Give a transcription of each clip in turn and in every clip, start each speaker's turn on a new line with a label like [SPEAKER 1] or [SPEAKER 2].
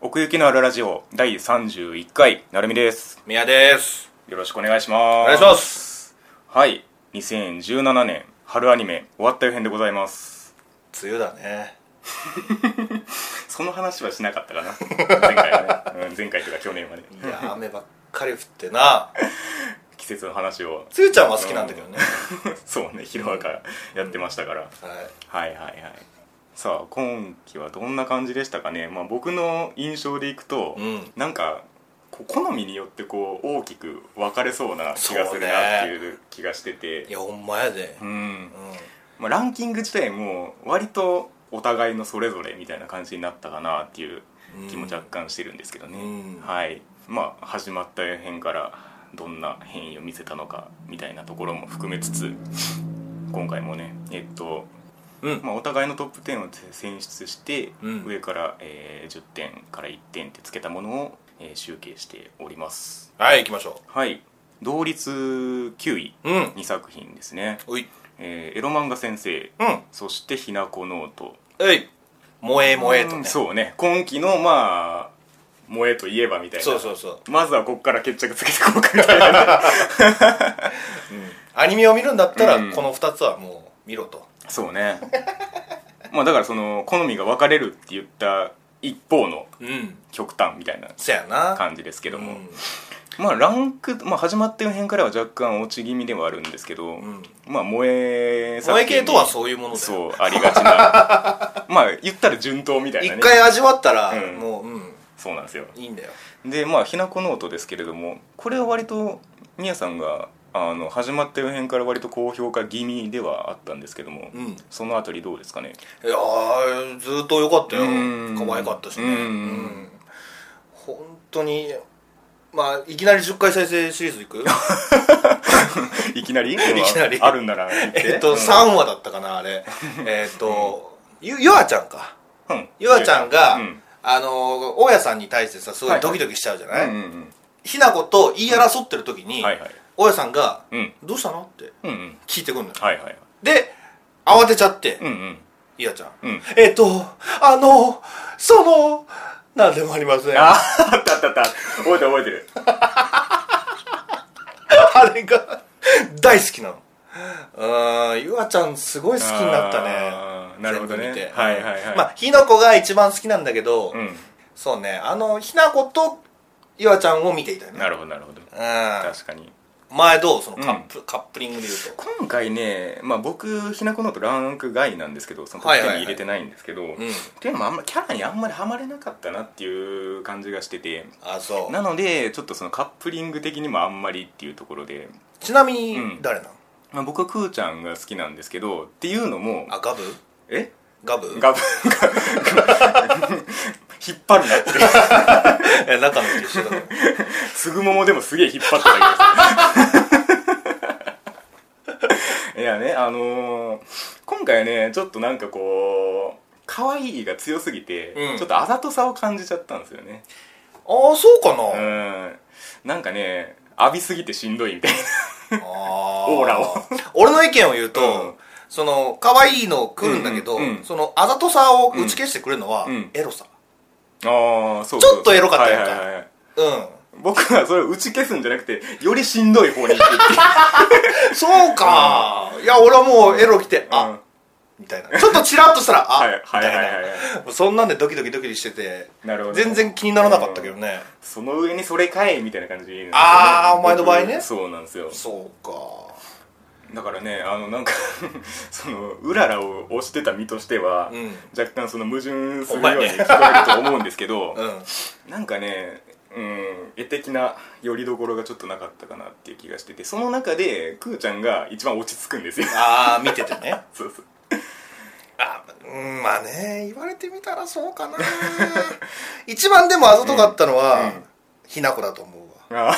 [SPEAKER 1] 奥行きのあるラジオ第31回なるみです
[SPEAKER 2] 宮です。
[SPEAKER 1] よろしくお願いします
[SPEAKER 2] お願いします。
[SPEAKER 1] はい2017年春アニメ終わったよ編でございます
[SPEAKER 2] 梅雨だね。
[SPEAKER 1] その話はしなかったか な前回はね、うん、前回というか去年はね
[SPEAKER 2] いや、雨ばっかり降ってな。
[SPEAKER 1] 季節の話を
[SPEAKER 2] 梅雨ちゃんは好きなんだけどね。
[SPEAKER 1] そうね昼間からやってましたから、
[SPEAKER 2] はい。
[SPEAKER 1] はいはいはいさあ今期はどんな感じでしたかね、まあ、僕の印象でいくと、
[SPEAKER 2] うん
[SPEAKER 1] なんかこう好みによってこう大きく分かれそうな気がす
[SPEAKER 2] そう
[SPEAKER 1] る
[SPEAKER 2] ね
[SPEAKER 1] なっていう気がしてて
[SPEAKER 2] いや、ほんまやで
[SPEAKER 1] う。ん
[SPEAKER 2] うん。
[SPEAKER 1] まあ、ランキング自体も割とお互いのそれぞれみたいな感じになったかなっていう気も若干してるんですけどね、
[SPEAKER 2] うん
[SPEAKER 1] はいまあ始まった辺からどんな変異を見せたのかみたいなところも含めつつ今回もねえっと
[SPEAKER 2] うん。
[SPEAKER 1] まあ、お互いのトップ10を選出して、
[SPEAKER 2] うん
[SPEAKER 1] 上から、えー10点から1点ってつけたものを、えー集計しております
[SPEAKER 2] はい、行きましょ
[SPEAKER 1] はい同率9位
[SPEAKER 2] う。うん。
[SPEAKER 1] 2作品ですね、
[SPEAKER 2] おい。
[SPEAKER 1] えーエロ漫画先生、
[SPEAKER 2] うん。
[SPEAKER 1] そしてひなこノート
[SPEAKER 2] えい。萌え萌えと
[SPEAKER 1] うん
[SPEAKER 2] ね。
[SPEAKER 1] そうね今期のまあ萌えといえばみたいな
[SPEAKER 2] そうそうそう。
[SPEAKER 1] まずはここから決着つけてこうかみたいな
[SPEAKER 2] アニメを見るんだった
[SPEAKER 1] うん
[SPEAKER 2] ら、この二つはもう見ろと。
[SPEAKER 1] そうねまあだからその好みが分かれるって言った一方の
[SPEAKER 2] うん。
[SPEAKER 1] 極端みたいな
[SPEAKER 2] そやな。
[SPEAKER 1] 感じですけど
[SPEAKER 2] う
[SPEAKER 1] も、
[SPEAKER 2] ん。
[SPEAKER 1] まあランク、まあ、始まってる辺からは若干落ち気味ではあるんですけど、
[SPEAKER 2] ん
[SPEAKER 1] まあ萌え
[SPEAKER 2] 萌え系とは
[SPEAKER 1] う
[SPEAKER 2] そういうものだよ。
[SPEAKER 1] そうあり がちなまあ言ったら順当みたいな
[SPEAKER 2] 一
[SPEAKER 1] ね
[SPEAKER 2] 回味わったら
[SPEAKER 1] う、ん
[SPEAKER 2] もう、うん。
[SPEAKER 1] そうなんですよ
[SPEAKER 2] いいんだよ。
[SPEAKER 1] でまあ「ひなこノート」ですけれどもこれは割とみやさんがあの始まった辺から割と高評価気味ではあったんですけども、
[SPEAKER 2] うん。
[SPEAKER 1] そのあたりどうですかね
[SPEAKER 2] いやーずっと良かったよ
[SPEAKER 1] うん
[SPEAKER 2] 可愛かったしね
[SPEAKER 1] う
[SPEAKER 2] うんん本当にまあいきなり10回再生シリーズ いく
[SPEAKER 1] いきな りい
[SPEAKER 2] きなり
[SPEAKER 1] あるんなら言て
[SPEAKER 2] えっと
[SPEAKER 1] うん
[SPEAKER 2] 3話だったかな あれえっとゆゆあちゃんか
[SPEAKER 1] うん
[SPEAKER 2] ゆあちゃんが
[SPEAKER 1] うん
[SPEAKER 2] あのー大家さんに対してさすご
[SPEAKER 1] はい
[SPEAKER 2] い
[SPEAKER 1] はい
[SPEAKER 2] ドキドキしちゃうじゃ
[SPEAKER 1] うん
[SPEAKER 2] な
[SPEAKER 1] う
[SPEAKER 2] い
[SPEAKER 1] んうん
[SPEAKER 2] ひなこと言い争ってる時に
[SPEAKER 1] はいはい
[SPEAKER 2] 大家さんが
[SPEAKER 1] うん
[SPEAKER 2] 「どうしたの?」って
[SPEAKER 1] うんうん
[SPEAKER 2] 聞いてくんのよ
[SPEAKER 1] はいはい
[SPEAKER 2] で慌てちゃって
[SPEAKER 1] うんうん
[SPEAKER 2] ゆあちゃん
[SPEAKER 1] うん
[SPEAKER 2] えっとあのそのなんでもありません
[SPEAKER 1] ああったあったあった覚えてる覚えてる
[SPEAKER 2] あれが大好きなの。うーん、ゆあちゃんすごい好きになったね。
[SPEAKER 1] あーなるほどね
[SPEAKER 2] 全部見て
[SPEAKER 1] はいはいはい
[SPEAKER 2] まあ、ひなこが一番好きなんだけど、
[SPEAKER 1] う
[SPEAKER 2] そうね、あの、ひなことゆあちゃんを見ていたよ
[SPEAKER 1] ん
[SPEAKER 2] ね。
[SPEAKER 1] なるほどなるほど
[SPEAKER 2] う
[SPEAKER 1] 確かに
[SPEAKER 2] ん。前どうそのカップ、カップリングで言うと。
[SPEAKER 1] 今回ね、まあ、僕ひなこのとランク外なんですけどそのトップ10に入れてないんですけど、
[SPEAKER 2] うん。
[SPEAKER 1] っていうのもあんまキャラにあんまりハマれなかったなっていう感じがしてて
[SPEAKER 2] あ、そ
[SPEAKER 1] なのでちょっとそのカップリング的にもあんまりっていうところで、
[SPEAKER 2] う。ちなみに
[SPEAKER 1] うん、
[SPEAKER 2] 誰なの、
[SPEAKER 1] まあ、僕はクーちゃんが好きなんですけどっていうのも
[SPEAKER 2] あ、ガブ
[SPEAKER 1] え
[SPEAKER 2] ガブ
[SPEAKER 1] ガブ引っ張るなって
[SPEAKER 2] え、中の人一緒だから。
[SPEAKER 1] すぐももでもすげえ引っ張ってたけど いやねあのー今回はねちょっとなんかこう可愛いが強すぎて、
[SPEAKER 2] うん
[SPEAKER 1] ちょっとあざとさを感じちゃったんですよね
[SPEAKER 2] ああ、そうかな、
[SPEAKER 1] う
[SPEAKER 2] あ
[SPEAKER 1] んなんかね浴びすぎてしんどいみたい
[SPEAKER 2] あ
[SPEAKER 1] オーラを。
[SPEAKER 2] 俺の意見を言うと、
[SPEAKER 1] うん
[SPEAKER 2] その、可愛いの来るんだけど、
[SPEAKER 1] うんうんうん
[SPEAKER 2] その、あざとさを打ち消してくれるのは、
[SPEAKER 1] うん
[SPEAKER 2] エロさ。
[SPEAKER 1] な ああそう
[SPEAKER 2] ちょっとエロかったやんか
[SPEAKER 1] はいはいはい
[SPEAKER 2] うん。
[SPEAKER 1] 僕はそれを打ち消すんじゃなくてよりしんどい方に行くっていう
[SPEAKER 2] そうか、いや、俺はもうエロ来て、あ、
[SPEAKER 1] うん
[SPEAKER 2] みたいな。ちょっとチラッとしたら、あ、
[SPEAKER 1] はいはい
[SPEAKER 2] み
[SPEAKER 1] はいはい
[SPEAKER 2] たいな。そんなんでドキドキドキドキしてて、
[SPEAKER 1] なるほど
[SPEAKER 2] 全然気にならなかったけどね。
[SPEAKER 1] その上にそれかいみたいな感じなんですよね
[SPEAKER 2] あーお前の場合ね
[SPEAKER 1] そうなんですよ
[SPEAKER 2] そうか。
[SPEAKER 1] だからねあのなんか そのうららを推してた身としては、
[SPEAKER 2] うん
[SPEAKER 1] 若干その矛盾す
[SPEAKER 2] お
[SPEAKER 1] るよ
[SPEAKER 2] 前
[SPEAKER 1] うに
[SPEAKER 2] ね
[SPEAKER 1] 聞こえると思うんですけど、
[SPEAKER 2] うん。
[SPEAKER 1] なんかねうん絵的なよりどころがちょっとなかったかなっていう気がしててその中でくーちゃんが一番落ち着くん ですよ
[SPEAKER 2] あー、見てて ね。
[SPEAKER 1] そうそう
[SPEAKER 2] あうんまあね言われてみたらそうかな一番でもあざとかったのは、ひなこだと思
[SPEAKER 1] あ
[SPEAKER 2] う
[SPEAKER 1] ーは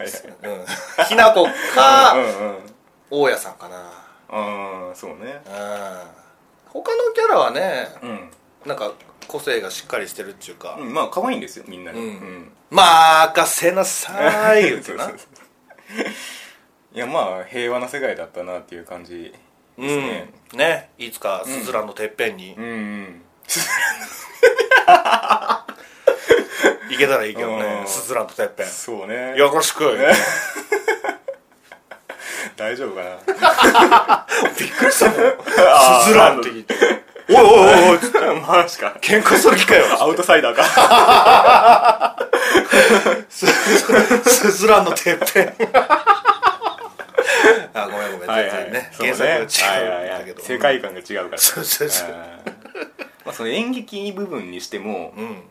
[SPEAKER 1] いはい
[SPEAKER 2] わ、うん、ひなこか
[SPEAKER 1] うんうん
[SPEAKER 2] 大家さんかな
[SPEAKER 1] ああそうね
[SPEAKER 2] うん他のキャラはね
[SPEAKER 1] うん、
[SPEAKER 2] なんか個性がしっかりしてるっていうか、
[SPEAKER 1] うん、まあ可愛いんですよみんなに、
[SPEAKER 2] うんまあ任せなさい言うてな
[SPEAKER 1] そうそうそういやまあ平和な世界だったなっていう感じ
[SPEAKER 2] うん
[SPEAKER 1] すね
[SPEAKER 2] ねいつかすずらのてっぺんに、
[SPEAKER 1] うんうん
[SPEAKER 2] いけたらいいけどね
[SPEAKER 1] うん
[SPEAKER 2] スズランとてっぺん
[SPEAKER 1] そうね
[SPEAKER 2] よろしく、
[SPEAKER 1] 大丈夫かな
[SPEAKER 2] びっくりしたもん
[SPEAKER 1] あー
[SPEAKER 2] スズランって聞いておいおいおいおい
[SPEAKER 1] マジか
[SPEAKER 2] 喧嘩する気かよ
[SPEAKER 1] アウトサイダーか
[SPEAKER 2] ススズランのてっぺんあごめんごめん
[SPEAKER 1] はいはい
[SPEAKER 2] 全然ね
[SPEAKER 1] そう
[SPEAKER 2] 原作が違うん
[SPEAKER 1] はいはい
[SPEAKER 2] だ
[SPEAKER 1] は
[SPEAKER 2] け
[SPEAKER 1] い
[SPEAKER 2] ど
[SPEAKER 1] 世界観が違うから
[SPEAKER 2] そうそうそう
[SPEAKER 1] あーまあその演劇部分にしても
[SPEAKER 2] うん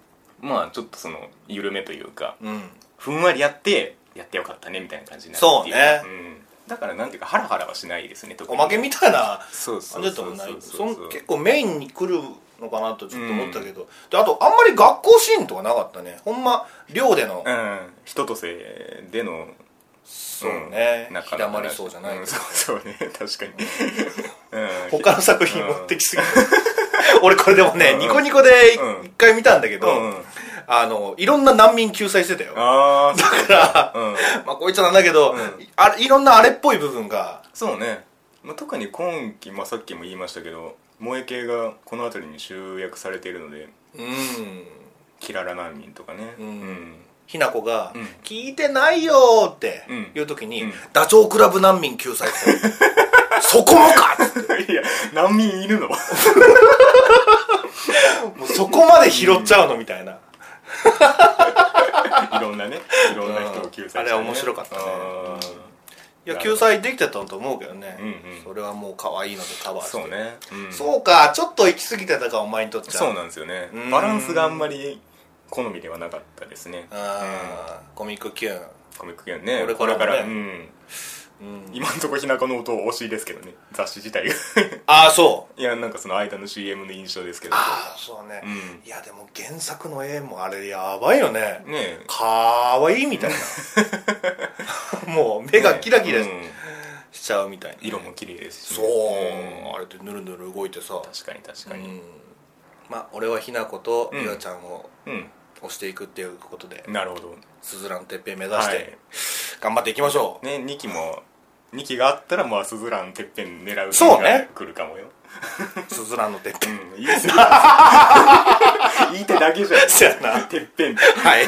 [SPEAKER 1] まあちょっとその緩めというか
[SPEAKER 2] うん
[SPEAKER 1] ふんわりやってやってよかったねみたいな感じになるってい
[SPEAKER 2] そうね
[SPEAKER 1] んだからなんていうかハラハラはしないですね特
[SPEAKER 2] お
[SPEAKER 1] に
[SPEAKER 2] まけみたいな
[SPEAKER 1] そうそ
[SPEAKER 2] 感
[SPEAKER 1] う
[SPEAKER 2] じ
[SPEAKER 1] そ
[SPEAKER 2] だったもん
[SPEAKER 1] う
[SPEAKER 2] ね
[SPEAKER 1] そう
[SPEAKER 2] そ
[SPEAKER 1] そ
[SPEAKER 2] ん
[SPEAKER 1] う
[SPEAKER 2] 結構メインに来るのかなとちょっと思ったけど、であとあんまり学校シーンとかなかったねほんま寮での、
[SPEAKER 1] うん人とせでの
[SPEAKER 2] そうね
[SPEAKER 1] な
[SPEAKER 2] ひ
[SPEAKER 1] かなか
[SPEAKER 2] だまりそうじゃない、
[SPEAKER 1] んそうそうね確かにうん
[SPEAKER 2] 他の作品
[SPEAKER 1] うん
[SPEAKER 2] 持ってきすぎて 俺これでもね、
[SPEAKER 1] うん
[SPEAKER 2] ニコニコでい
[SPEAKER 1] うん
[SPEAKER 2] 一回見たんだけど、
[SPEAKER 1] うんうん
[SPEAKER 2] あのいろんな難民救済してたよ
[SPEAKER 1] ああ
[SPEAKER 2] だから、
[SPEAKER 1] う ん
[SPEAKER 2] まあこいつなんだけど、
[SPEAKER 1] うん
[SPEAKER 2] あれいろんなあれっぽい部分が
[SPEAKER 1] そうね、まあ、特に今期、まあ、さっきも言いましたけど萌え系がこの辺りに集約されているので
[SPEAKER 2] うん
[SPEAKER 1] キララ難民とかね
[SPEAKER 2] うん
[SPEAKER 1] うん
[SPEAKER 2] ひなこが
[SPEAKER 1] うん
[SPEAKER 2] 「聞いてないよ」って言う時に、
[SPEAKER 1] うん
[SPEAKER 2] ダチョウ倶楽部難民救済って そこもかっつって
[SPEAKER 1] いや難民いるの
[SPEAKER 2] もうそこまで拾っちゃうのみたいな、
[SPEAKER 1] いろんなねいろんな人を救済して、ね、
[SPEAKER 2] うんあれは面白かったね
[SPEAKER 1] あー
[SPEAKER 2] いや救済できてたと思うけどね、
[SPEAKER 1] うんうん
[SPEAKER 2] それはもう可愛いのでカバーして
[SPEAKER 1] そうね、うん
[SPEAKER 2] そうかちょっと行き過ぎてたかお前にとっちゃ
[SPEAKER 1] そうなんですよね
[SPEAKER 2] うん
[SPEAKER 1] バランスがあんまり好みではなかったですね
[SPEAKER 2] あーコミックキューン
[SPEAKER 1] コミック系ね
[SPEAKER 2] これ
[SPEAKER 1] これ
[SPEAKER 2] か
[SPEAKER 1] からら、
[SPEAKER 2] もね
[SPEAKER 1] うん、
[SPEAKER 2] うん、
[SPEAKER 1] 今んとこ日中の音推しですけどね雑誌自体が
[SPEAKER 2] ああそう
[SPEAKER 1] いやなんかその間の CM の印象ですけど
[SPEAKER 2] ああそうね、
[SPEAKER 1] うん
[SPEAKER 2] いやでも原作の絵もあれやばいよね
[SPEAKER 1] ねえ
[SPEAKER 2] かわいいみたい なもう目がキラキラし
[SPEAKER 1] うん
[SPEAKER 2] しちゃうみたいな、
[SPEAKER 1] 色も綺麗ですし
[SPEAKER 2] そ
[SPEAKER 1] ね、
[SPEAKER 2] う、
[SPEAKER 1] ん
[SPEAKER 2] あれってぬるぬる動いてさ
[SPEAKER 1] 確かに確か
[SPEAKER 2] う
[SPEAKER 1] に
[SPEAKER 2] んまあ俺はひなこと
[SPEAKER 1] うん
[SPEAKER 2] りあちゃんを
[SPEAKER 1] うん、
[SPEAKER 2] 押していくっていうことで、
[SPEAKER 1] なるほど
[SPEAKER 2] すずらんてっぺん目指し
[SPEAKER 1] は
[SPEAKER 2] て
[SPEAKER 1] い
[SPEAKER 2] 頑張っていきましょう、
[SPEAKER 1] ね2期も2期があったらまあスズランてっぺん狙う日
[SPEAKER 2] そうね
[SPEAKER 1] が来るかもよ、
[SPEAKER 2] すずらんのてっぺん
[SPEAKER 1] うん、いいですね言 い手だけじゃ
[SPEAKER 2] そうやなん
[SPEAKER 1] てっぺんって
[SPEAKER 2] はい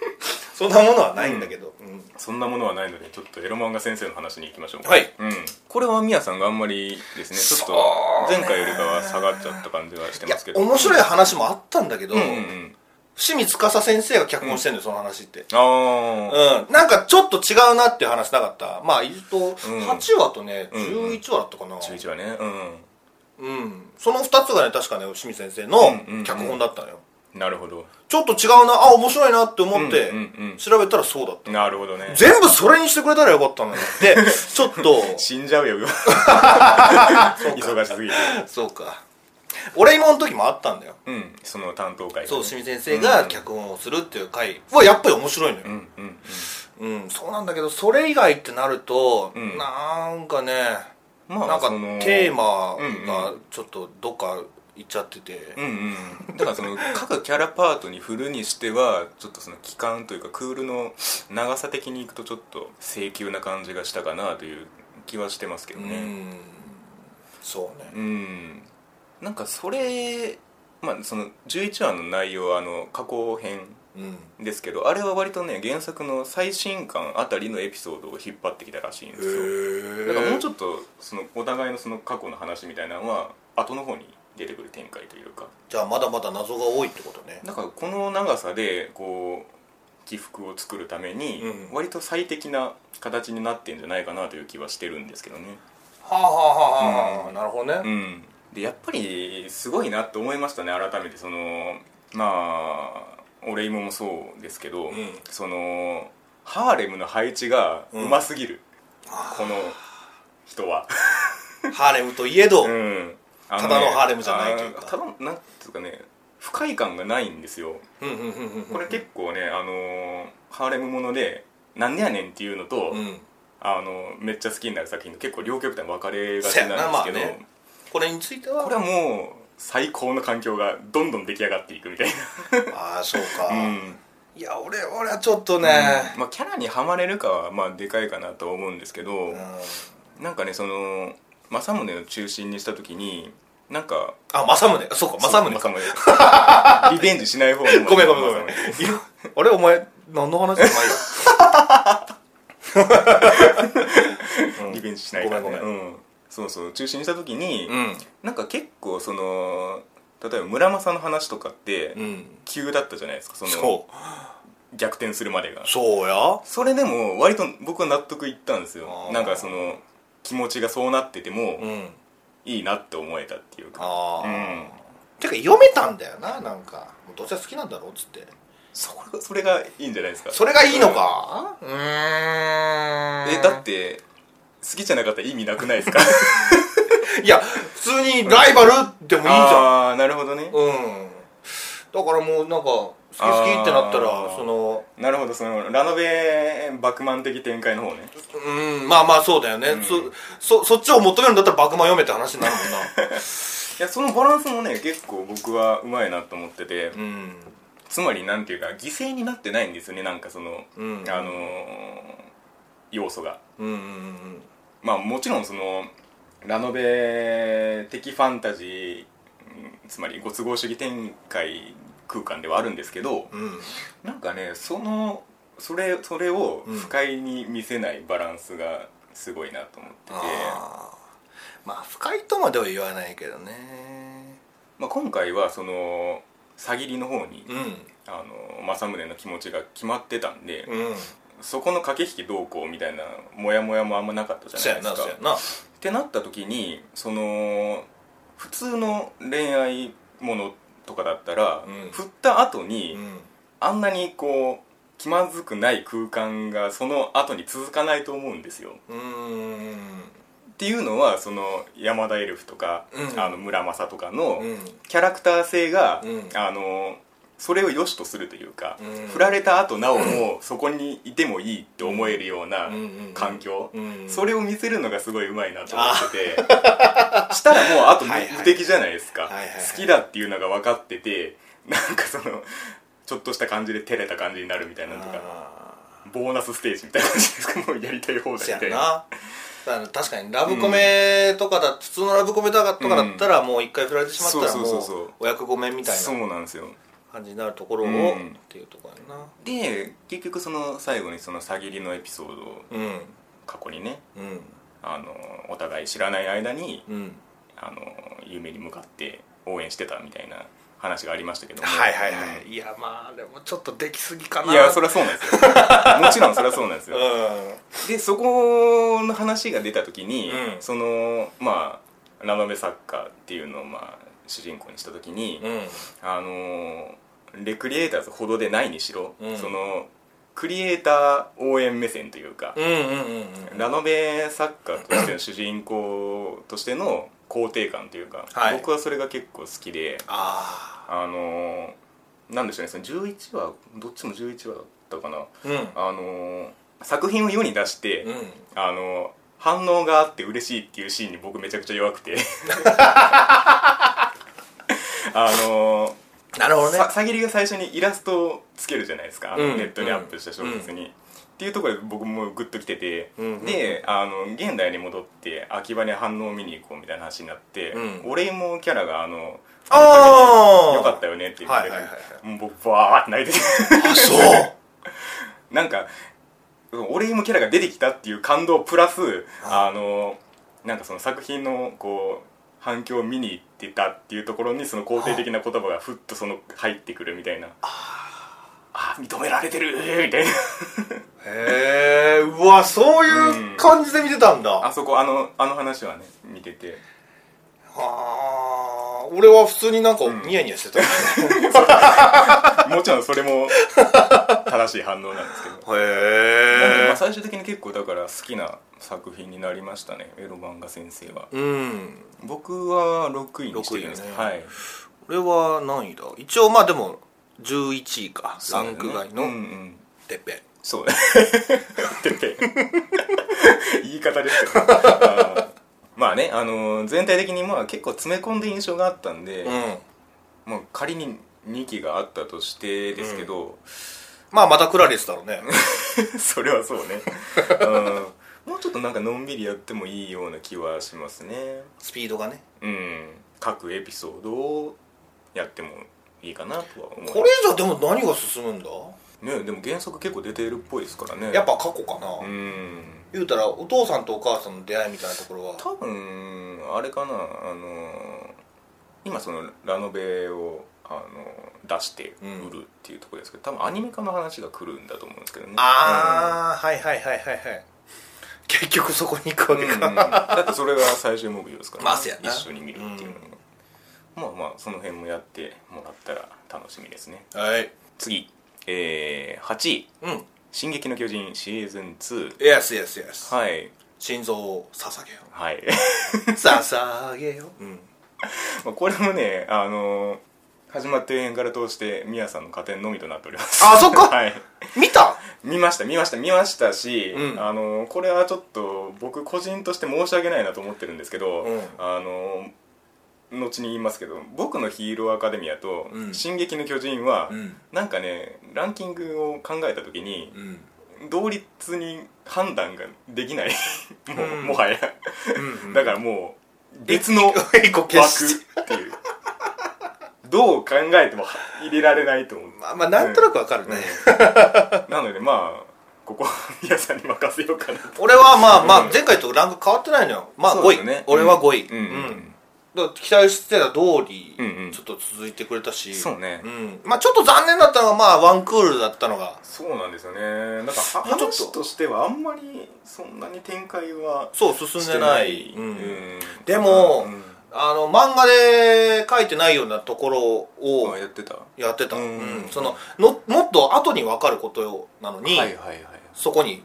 [SPEAKER 2] そんなものはないんだけど、うん
[SPEAKER 1] そんなものはないのでちょっとエロ漫画先生の話に行きましょうか
[SPEAKER 2] はい、
[SPEAKER 1] うん、これはみやさんがあんまりですねちょっと
[SPEAKER 2] そうね
[SPEAKER 1] 前回よりかは下がっちゃった感じはして
[SPEAKER 2] いや
[SPEAKER 1] ますけど
[SPEAKER 2] 面白い話もあったんだけど、
[SPEAKER 1] うんうんうん
[SPEAKER 2] 伏見司先生が脚本してるのよ、その話って
[SPEAKER 1] ああ、
[SPEAKER 2] うん、なんかちょっと違うなっていう話なかったまあ言うと
[SPEAKER 1] ん
[SPEAKER 2] 8話とね、
[SPEAKER 1] んうん
[SPEAKER 2] 11話だったかな、
[SPEAKER 1] 11はねう
[SPEAKER 2] うん、その2つがね確かね伏見先生の
[SPEAKER 1] うんうん
[SPEAKER 2] 脚本だったのよ、
[SPEAKER 1] んなるほど
[SPEAKER 2] ちょっと違うなあ面白いなって思って
[SPEAKER 1] うんうんうん
[SPEAKER 2] 調べたらそうだった、
[SPEAKER 1] なるほどね
[SPEAKER 2] 全部それにしてくれたらよかったのに ってちょっと
[SPEAKER 1] 死んじゃうよ忙しすぎて
[SPEAKER 2] そうか俺今の時もあったんだよ
[SPEAKER 1] うんその担当会がね
[SPEAKER 2] そう伏見先生が脚本をするっていう回はやっぱり面白いのよ、
[SPEAKER 1] うんうん
[SPEAKER 2] うん、そうなんだけどそれ以外ってなると、
[SPEAKER 1] ん
[SPEAKER 2] なんかね、
[SPEAKER 1] まあ
[SPEAKER 2] なんか
[SPEAKER 1] その
[SPEAKER 2] テーマ
[SPEAKER 1] う
[SPEAKER 2] がちょっとどっか行っちゃってて、
[SPEAKER 1] うんうんだからその各キャラパートに振るにしてはちょっとその期間というかクールの長さ的にいくとちょっと請求な感じがしたかなという気はしてますけど
[SPEAKER 2] うん、
[SPEAKER 1] ね
[SPEAKER 2] そうね、
[SPEAKER 1] うんなんかそれまあその11話の内容はあの過去編
[SPEAKER 2] うん、
[SPEAKER 1] ですけどあれは割とね原作の最新刊あたりのエピソードを引っ張ってきたらしいんですよ
[SPEAKER 2] へ
[SPEAKER 1] だからもうち
[SPEAKER 2] ょっ
[SPEAKER 1] ょっとそのお互いのその過去の話みたいなのは後の方に出てくる展開というか
[SPEAKER 2] じゃあまだまだ謎が多いってことね
[SPEAKER 1] だからこの長さでこう起伏を作るために
[SPEAKER 2] うん
[SPEAKER 1] 割と最適な形になってんじゃないかなという気はしてるんですけどね
[SPEAKER 2] はあはあはあはあ、
[SPEAKER 1] うん
[SPEAKER 2] なるほど
[SPEAKER 1] う
[SPEAKER 2] ね、
[SPEAKER 1] んでやっぱりすごいなと思いましたね改めてそのまあ俺今もそうですけど、
[SPEAKER 2] ん
[SPEAKER 1] そのハーレムの配置がうますぎる、この人は
[SPEAKER 2] ハーレムといえど、
[SPEAKER 1] うんあ
[SPEAKER 2] ただのハーレムじゃないというか
[SPEAKER 1] あーただのなんていうかね不快感がないんですよ
[SPEAKER 2] うんうんうんうん
[SPEAKER 1] これ結構ね、あのーハーレムもので「なんでやねん」っていうのと、
[SPEAKER 2] うん
[SPEAKER 1] あのーめっちゃ好きになる作品と結構両極端に分かれがち
[SPEAKER 2] せ
[SPEAKER 1] な
[SPEAKER 2] や
[SPEAKER 1] ん
[SPEAKER 2] な
[SPEAKER 1] です
[SPEAKER 2] まあ
[SPEAKER 1] けど、
[SPEAKER 2] ねこれについては
[SPEAKER 1] これはもう最高の環境がどんどん出来上がっていくみたい
[SPEAKER 2] ああそうか、
[SPEAKER 1] な、
[SPEAKER 2] いや俺俺はちょっとね、
[SPEAKER 1] まあ、キャラにはまれるかはまあでかいかなとは思うんですけど、
[SPEAKER 2] うん
[SPEAKER 1] なんかねその政宗を中心にした時になんか
[SPEAKER 2] あ政宗そうか政宗か
[SPEAKER 1] そう政宗リベンジしない方の
[SPEAKER 2] ごめんごめんごめん
[SPEAKER 1] 政宗
[SPEAKER 2] いやあれお前何の話じゃないよ
[SPEAKER 1] リベンジしないから、ね、
[SPEAKER 2] ごめんごめ
[SPEAKER 1] うん、そうそう中止にした時に、
[SPEAKER 2] うん
[SPEAKER 1] なんか結構その例えば村正の話とかって、
[SPEAKER 2] うん
[SPEAKER 1] 急だったじゃないですかその
[SPEAKER 2] そう
[SPEAKER 1] 逆転するまでが
[SPEAKER 2] そうや
[SPEAKER 1] それでも割と僕は納得いったんですよ
[SPEAKER 2] あー
[SPEAKER 1] なんかその気持ちがそうなってても、
[SPEAKER 2] うん
[SPEAKER 1] いいなって思えたっていうか
[SPEAKER 2] ああ、
[SPEAKER 1] うん
[SPEAKER 2] てか読めたんだよななんかもうどうせ好きなんだろうっつって
[SPEAKER 1] それがそれがいいんじゃないですか
[SPEAKER 2] それがいいのかうーん
[SPEAKER 1] えだって好きじゃなかったら意味なくないですかい い
[SPEAKER 2] いや普通にライバルでもい
[SPEAKER 1] ん
[SPEAKER 2] いじゃん
[SPEAKER 1] あーなるほどね
[SPEAKER 2] うんだからもうなんか好き好きってなった
[SPEAKER 1] あ
[SPEAKER 2] ら
[SPEAKER 1] ー
[SPEAKER 2] その
[SPEAKER 1] なるほどそのラノベバクマン的展開の方ね
[SPEAKER 2] うんまあまあそうだよね、
[SPEAKER 1] ん
[SPEAKER 2] そそそっちを求めるんだったら「バクマ読め」って話になるもんない
[SPEAKER 1] やそのバランスもね結構僕はうまいなと思ってて、
[SPEAKER 2] うん
[SPEAKER 1] つまりなんていうか犠牲になってないんですよねなんかその、
[SPEAKER 2] うん
[SPEAKER 1] あのー要素が
[SPEAKER 2] うんうんうん
[SPEAKER 1] まあもちろんそのラノベ的ファンタジーうんつまりご都合主義展開空間ではあるんですけど、
[SPEAKER 2] うん
[SPEAKER 1] なんかねそのそれそれを不快に見せないバランスがすごいなと思ってて、
[SPEAKER 2] あーまあ不快とまでは言わないけどね
[SPEAKER 1] まあ、今回はその詐欺りの方に、
[SPEAKER 2] うん
[SPEAKER 1] あの政宗の気持ちが決まってたんで、
[SPEAKER 2] うん
[SPEAKER 1] そこの駆け引きどうこうみたいなモヤモヤもあんまなかったじ
[SPEAKER 2] そ
[SPEAKER 1] ゃな
[SPEAKER 2] う
[SPEAKER 1] い
[SPEAKER 2] や
[SPEAKER 1] で
[SPEAKER 2] な
[SPEAKER 1] す
[SPEAKER 2] そ
[SPEAKER 1] か
[SPEAKER 2] うやな
[SPEAKER 1] ってなった時にその普通の恋愛ものとかだったら、
[SPEAKER 2] うん
[SPEAKER 1] 振った後に、
[SPEAKER 2] うん
[SPEAKER 1] あんなにこう気まずくない空間がその後に続かないと思うんですよ
[SPEAKER 2] うーん
[SPEAKER 1] っていうのはその山田エルフとか、
[SPEAKER 2] うん
[SPEAKER 1] あの村正とかの
[SPEAKER 2] うん
[SPEAKER 1] キャラクター性が、
[SPEAKER 2] うん
[SPEAKER 1] あのそれを良しとするというか、
[SPEAKER 2] うん
[SPEAKER 1] 振られた後なおもそこにいてもいいって思えるような
[SPEAKER 2] うんうん
[SPEAKER 1] 環境、
[SPEAKER 2] うん
[SPEAKER 1] それを見せるのがすごいうまいなと思ってて したらもうあと無
[SPEAKER 2] はいはい
[SPEAKER 1] 無敵じゃないですか、
[SPEAKER 2] はいはいはい
[SPEAKER 1] 好きだっていうのが分かっててなんかそのちょっとした感じで照れた感じになるみたいなのとか
[SPEAKER 2] あ
[SPEAKER 1] ボーナスステージみたいな感じですかも うやりたい放
[SPEAKER 2] ーそ
[SPEAKER 1] 題み
[SPEAKER 2] う
[SPEAKER 1] た
[SPEAKER 2] や
[SPEAKER 1] いな
[SPEAKER 2] なだから確かにラブコメとかだ、普通のラブコメとかとかだったらもう一回振られてしまったら
[SPEAKER 1] そう
[SPEAKER 2] も
[SPEAKER 1] そうそうそう
[SPEAKER 2] うお役ごめんみたい
[SPEAKER 1] そう
[SPEAKER 2] な
[SPEAKER 1] なんですよ
[SPEAKER 2] 感じになるところを、
[SPEAKER 1] うん
[SPEAKER 2] っていうところやな
[SPEAKER 1] で結局その最後にその詐欺りのエピソードを
[SPEAKER 2] うん
[SPEAKER 1] 過去にね
[SPEAKER 2] うん
[SPEAKER 1] あのお互い知らない間に
[SPEAKER 2] うん
[SPEAKER 1] あの夢に向かって応援してたみたいな話がありましたけども
[SPEAKER 2] はいはいはい、いやまあでもちょっとできすぎかないい
[SPEAKER 1] やそりゃそうなん ですよもちろんそりゃそうなんです
[SPEAKER 2] う
[SPEAKER 1] よ
[SPEAKER 2] ん
[SPEAKER 1] でそこの話が出た時に、
[SPEAKER 2] うん
[SPEAKER 1] そのまあラノベ作家っていうのを、まあ、主人公にした時に、
[SPEAKER 2] うん
[SPEAKER 1] あのーレクリエイターズほどでないにしろ、
[SPEAKER 2] うん
[SPEAKER 1] そのクリエイター応援目線というか、
[SPEAKER 2] うんうんうん
[SPEAKER 1] ラノベ作家としての主人公としての肯定感というか、
[SPEAKER 2] はい
[SPEAKER 1] 僕はそれが結構好きで
[SPEAKER 2] あ
[SPEAKER 1] あのーなんでしょうねその11話どっちも11話だったかな
[SPEAKER 2] あうん
[SPEAKER 1] あのー作品を世に出して、
[SPEAKER 2] うん
[SPEAKER 1] あの反応があって嬉しいっていうシーンに僕めちゃくちゃ弱く て あの
[SPEAKER 2] なるほどね
[SPEAKER 1] ささぎりが最初にイラストをつけるじゃないですか、あの
[SPEAKER 2] うん
[SPEAKER 1] ネットにアップした小説に、っていうところで僕もグッときてて、
[SPEAKER 2] うんうん
[SPEAKER 1] であの現代に戻って秋葉に反応を見に行こうみたいな話になって、
[SPEAKER 2] うん
[SPEAKER 1] 俺もキャラがあの
[SPEAKER 2] ああ
[SPEAKER 1] よかったよねって言って、
[SPEAKER 2] はいはいはい
[SPEAKER 1] もう僕バーって泣いてて
[SPEAKER 2] あ そう
[SPEAKER 1] なんか俺もキャラが出てきたっていう感動プラスあのなんかその作品のこう反響を見に行ってたっていうところにその肯定的な言葉がふっとその入ってくるみたいなああー認められてるみたいな
[SPEAKER 2] へえうわそういう感じで見てたんだ、
[SPEAKER 1] あ
[SPEAKER 2] あ
[SPEAKER 1] そこあのあの話はね見てて
[SPEAKER 2] あ俺は普通になんかニヤニヤし てた、
[SPEAKER 1] もちろんそれも正しい反応なんですけど、なんで
[SPEAKER 2] へ
[SPEAKER 1] まあ
[SPEAKER 2] え
[SPEAKER 1] 最終的に結構だから好きな作品になりましたねエロ漫画先生は
[SPEAKER 2] うん
[SPEAKER 1] 僕は6位にしてるんですけど
[SPEAKER 2] 六位
[SPEAKER 1] はい
[SPEAKER 2] 俺は何位だ一応まあでも11位か
[SPEAKER 1] そう
[SPEAKER 2] ラ
[SPEAKER 1] だね
[SPEAKER 2] ンク
[SPEAKER 1] う
[SPEAKER 2] 外
[SPEAKER 1] んう
[SPEAKER 2] の
[SPEAKER 1] ん
[SPEAKER 2] てっぺん、
[SPEAKER 1] そうだね てっぺん言い方ですけどねあーまあね、あのー全体的にまあ結構詰め込んで印象があったんで、
[SPEAKER 2] うん
[SPEAKER 1] まあ、仮に2期があったとしてですけど、
[SPEAKER 2] まあまたクラリスだろうね
[SPEAKER 1] それはそうね、うん、もうちょっとなんかのんびりやってもいいような気はしますね
[SPEAKER 2] スピードがね
[SPEAKER 1] うん各エピソードをやってもいいかなとは思います
[SPEAKER 2] これじゃでも何が進むんだ
[SPEAKER 1] ねでも原作結構出てるっぽいですからね
[SPEAKER 2] やっぱ過去かな、
[SPEAKER 1] うん
[SPEAKER 2] 言うたらお父さんとお母さんの出会いみたいなところは
[SPEAKER 1] 多分あれかなあの今そのラノベをあの出して売るっていうところですけど、多分アニメ化の話が来るんだと思うんですけどね
[SPEAKER 2] ああ、はいはいはいはいはい結局そこに行くわ
[SPEAKER 1] うん
[SPEAKER 2] け
[SPEAKER 1] うん
[SPEAKER 2] か、
[SPEAKER 1] だってそれが最終目標ですから、
[SPEAKER 2] まあそうやな
[SPEAKER 1] 一緒に見るっていうのも、まあまあその辺もやってもらったら楽しみですね
[SPEAKER 2] はい
[SPEAKER 1] 次、えー、8位
[SPEAKER 2] うん
[SPEAKER 1] 「進撃の巨人」シーズン2
[SPEAKER 2] Yes yes yes
[SPEAKER 1] はい
[SPEAKER 2] 心臓を捧げよ
[SPEAKER 1] はい
[SPEAKER 2] う捧げよう、うん、
[SPEAKER 1] まあこれもねあのー始まってる辺から通してミヤさんの加点のみとなっております
[SPEAKER 2] あそっか
[SPEAKER 1] はい
[SPEAKER 2] 見た
[SPEAKER 1] 見ました見ました見ましたし、
[SPEAKER 2] うん
[SPEAKER 1] あのこれはちょっと僕個人として申し訳ないなと思ってるんですけど、
[SPEAKER 2] うん
[SPEAKER 1] あの後に言いますけど僕のヒーローアカデミアと「
[SPEAKER 2] うん
[SPEAKER 1] 進撃の巨人は」
[SPEAKER 2] うん
[SPEAKER 1] なんかねランキングを考えた時に
[SPEAKER 2] うん
[SPEAKER 1] 同率に判断ができないも,、
[SPEAKER 2] うん
[SPEAKER 1] もはや
[SPEAKER 2] うん
[SPEAKER 1] だからもう別 の枠
[SPEAKER 2] 一個消して
[SPEAKER 1] っていうどう考えても入れられないと思う
[SPEAKER 2] まあまあなんとなくわかるね、
[SPEAKER 1] なのでまあここは皆さんに任せようかなと
[SPEAKER 2] 俺はまあま
[SPEAKER 1] う
[SPEAKER 2] あ
[SPEAKER 1] ん
[SPEAKER 2] 前回とランク変わってないのよまあ
[SPEAKER 1] そう
[SPEAKER 2] 5
[SPEAKER 1] で
[SPEAKER 2] 位、
[SPEAKER 1] すね
[SPEAKER 2] 俺は5位
[SPEAKER 1] うんうん
[SPEAKER 2] だから期待してた通り、
[SPEAKER 1] うんうん
[SPEAKER 2] ちょっと続いてくれたし
[SPEAKER 1] そうね
[SPEAKER 2] んまあちょっと残念だったのがまあワンクールだったのが
[SPEAKER 1] そうなんですよねなんかは
[SPEAKER 2] もうちょっ
[SPEAKER 1] 話
[SPEAKER 2] と
[SPEAKER 1] としてはあんまりそんなに展開は
[SPEAKER 2] そう進んでない
[SPEAKER 1] うん
[SPEAKER 2] うんでも
[SPEAKER 1] うん
[SPEAKER 2] あの漫画で書いてないようなところを
[SPEAKER 1] あやってたは
[SPEAKER 2] やってた、
[SPEAKER 1] うん
[SPEAKER 2] うんそののもっと後に分かることなのに、
[SPEAKER 1] はいはい
[SPEAKER 2] そこに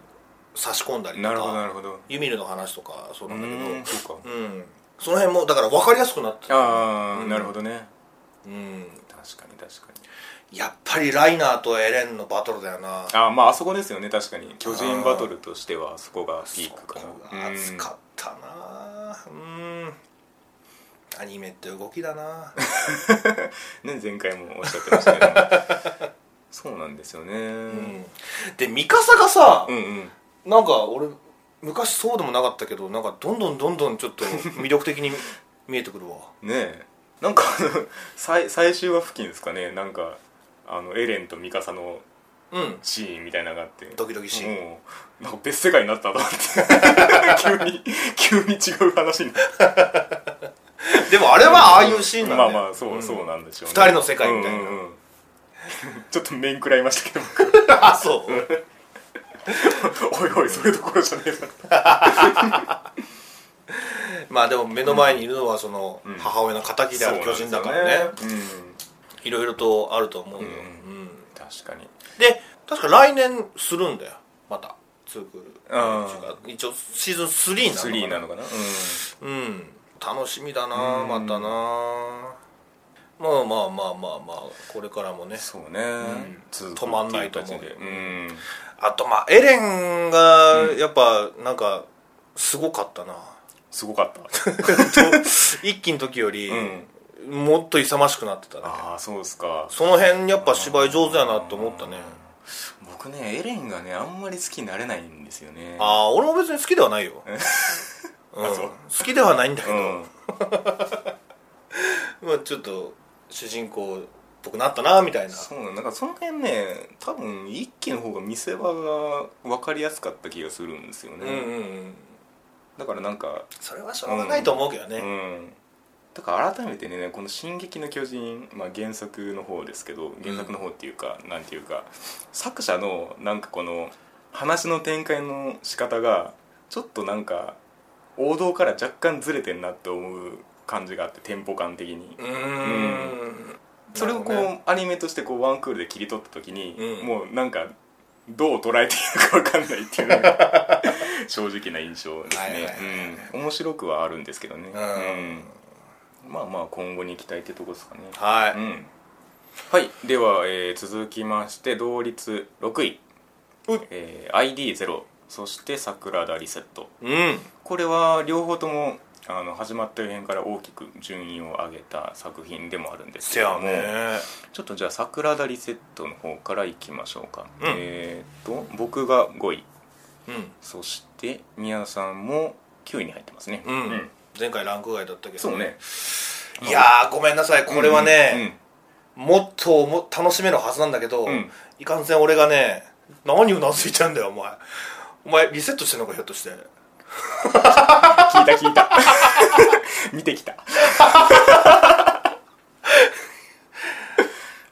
[SPEAKER 2] 差し込んだりと
[SPEAKER 1] なるほどな
[SPEAKER 2] か
[SPEAKER 1] るほど
[SPEAKER 2] ユミルの話とかそう
[SPEAKER 1] う
[SPEAKER 2] なんだけど
[SPEAKER 1] ーんそうか
[SPEAKER 2] うんその辺もだから分かりやすくなってた、
[SPEAKER 1] あ
[SPEAKER 2] う
[SPEAKER 1] あ
[SPEAKER 2] ん
[SPEAKER 1] なるほどね
[SPEAKER 2] うん、
[SPEAKER 1] 確かに確かに
[SPEAKER 2] やっぱりライナーとエレンのバトルだよな
[SPEAKER 1] ああまああそこですよね確かに巨人バトルとしてはそこがピークか
[SPEAKER 2] そこ
[SPEAKER 1] な
[SPEAKER 2] が熱かったなうんアニメって動きだな
[SPEAKER 1] うんね前回もおっしゃってましたけど そうなんですよね
[SPEAKER 2] うんでミカサがさ
[SPEAKER 1] う、んうん
[SPEAKER 2] なんか俺昔そうでもなかったけどなんかどんどんどんどんちょっと魅力的に見えてくるわ
[SPEAKER 1] ねえなんかあの最最終話付近ですかねなんかあのエレンとミカサの
[SPEAKER 2] うん
[SPEAKER 1] シーンみたいなのがあって
[SPEAKER 2] ドキドキシーン
[SPEAKER 1] もうなんか別世界になったと思 って急に急に違う話になった
[SPEAKER 2] でもあれはああいうシーンなんだ
[SPEAKER 1] ま
[SPEAKER 2] よ
[SPEAKER 1] あまあそう、
[SPEAKER 2] ん
[SPEAKER 1] そうなんでしょうね
[SPEAKER 2] 二人の世界みたいな
[SPEAKER 1] うんうんうんちょっと面食らいましたけど
[SPEAKER 2] あ そう
[SPEAKER 1] おいおいそれどころじゃねえぞ
[SPEAKER 2] まあでも目の前にいるのはその
[SPEAKER 1] ん
[SPEAKER 2] 母親の敵である巨人だからね
[SPEAKER 1] そうなんですよね
[SPEAKER 2] いろいろとあると思うよ、
[SPEAKER 1] う
[SPEAKER 2] うん
[SPEAKER 1] うん確かに
[SPEAKER 2] で確か来年するんだよまたツークール
[SPEAKER 1] あ
[SPEAKER 2] 一応シーズン3なのか
[SPEAKER 1] 3なのかなうん
[SPEAKER 2] うん楽しみだなまたなまあまあまあまあまあこれからもね
[SPEAKER 1] そうね続くっていう
[SPEAKER 2] 止まんないと思う
[SPEAKER 1] 形でうん
[SPEAKER 2] あとまあエレンがやっぱなんかすごかったな、
[SPEAKER 1] すごかった
[SPEAKER 2] 一期の時より
[SPEAKER 1] うん
[SPEAKER 2] もっと勇ましくなってたね
[SPEAKER 1] ああそうですか
[SPEAKER 2] その辺やっぱ芝居上手やなと思ったね
[SPEAKER 1] 僕ねエレンがねあんまり好きになれないんですよね
[SPEAKER 2] ああ俺も別に好きではないよ、うん
[SPEAKER 1] そう
[SPEAKER 2] 好きではないんだけ
[SPEAKER 1] う
[SPEAKER 2] ど、
[SPEAKER 1] ん
[SPEAKER 2] まあ、ちょっと主人公っぽくなったなみたいな
[SPEAKER 1] そうなのなんかその辺ね多分一期の方が見せ場が分かりやすかった気がするんですよ
[SPEAKER 2] う
[SPEAKER 1] ね、
[SPEAKER 2] んうんうん
[SPEAKER 1] だからなんか
[SPEAKER 2] それはしょうがないと思うけどね、
[SPEAKER 1] うんだから改めてねこの「進撃の巨人」まあ、原作の方ですけど原作の方っていうか、なんていうか作者のなんかこの話の展開の仕方がちょっとなんか王道から若干ずれてんなって思う感じがあってテンポ感的に
[SPEAKER 2] うーん
[SPEAKER 1] それをこう、
[SPEAKER 2] なるほどね
[SPEAKER 1] アニメとしてこうワンクールで切り取った時に、
[SPEAKER 2] うん
[SPEAKER 1] もうなんかどう捉えていいのか分かんないっていう のが正直な印象です
[SPEAKER 2] はいはいは
[SPEAKER 1] ね
[SPEAKER 2] い、
[SPEAKER 1] うん、面白くはあるんですけどね、う
[SPEAKER 2] う
[SPEAKER 1] んまあまあ今後に期待ってとこですかね
[SPEAKER 2] はい、
[SPEAKER 1] うんはいでは、えー続きまして同率6位、
[SPEAKER 2] うっ
[SPEAKER 1] えー ID0 そして桜田リセット
[SPEAKER 2] うん
[SPEAKER 1] これは両方ともあの始まった予編から大きく順位を上げた作品でもあるんです
[SPEAKER 2] せ
[SPEAKER 1] けど
[SPEAKER 2] や
[SPEAKER 1] も、
[SPEAKER 2] ね
[SPEAKER 1] ちょっとじゃあ桜田リセットの方からいきましょうか、
[SPEAKER 2] うん
[SPEAKER 1] えーっと僕が5位
[SPEAKER 2] うん、
[SPEAKER 1] そして宮さんも9位に入ってますね
[SPEAKER 2] うん前回ランク外だったけど
[SPEAKER 1] そうね
[SPEAKER 2] いやーごめんなさいこれはね、
[SPEAKER 1] うん
[SPEAKER 2] もっとも楽しめるはずなんだけど、
[SPEAKER 1] ん
[SPEAKER 2] いかんせん俺がね何うなずいちゃうんだよお前お前リセットしてんのかひょっとして
[SPEAKER 1] 聞いた聞いた 見てきた